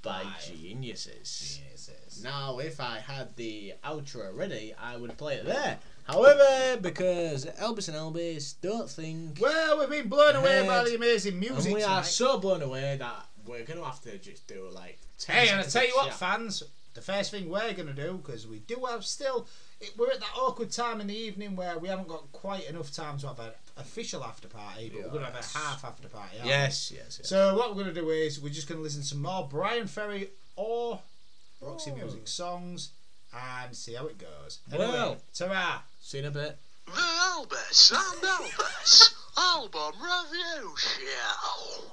[SPEAKER 1] by
[SPEAKER 2] By
[SPEAKER 1] geniuses.
[SPEAKER 2] geniuses.
[SPEAKER 1] Now, if I had the outro ready, I would play it there. However, because Elvis and Elvis don't think
[SPEAKER 2] Well, we've been blown away by
[SPEAKER 1] Head.
[SPEAKER 2] the amazing
[SPEAKER 1] And
[SPEAKER 2] music.
[SPEAKER 1] we are
[SPEAKER 2] tonight.
[SPEAKER 1] so blown away that we're going to have to just do like 10
[SPEAKER 2] Hey, and I
[SPEAKER 1] seconds
[SPEAKER 2] tell
[SPEAKER 1] of
[SPEAKER 2] you what,
[SPEAKER 1] chat.
[SPEAKER 2] fans, the first thing we're going to do, because we do have still, it, we're at that awkward time in the evening where we haven't got quite enough time to have an official after party, but we're going to have
[SPEAKER 1] Yes.
[SPEAKER 2] a half after party. aren't we?
[SPEAKER 1] Yes, yes, yes.
[SPEAKER 2] So, what we're going to do is we're just going to listen to some more Brian Ferry or Roxy
[SPEAKER 1] Oh.
[SPEAKER 2] Music songs and see how it goes.
[SPEAKER 1] Well.
[SPEAKER 2] ta
[SPEAKER 1] See you in a bit.
[SPEAKER 4] The Albus and Albus album review show.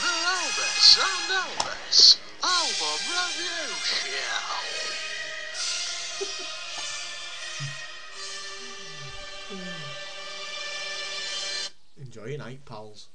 [SPEAKER 4] The Albus and Albus album review show.
[SPEAKER 1] Enjoy your night, pals.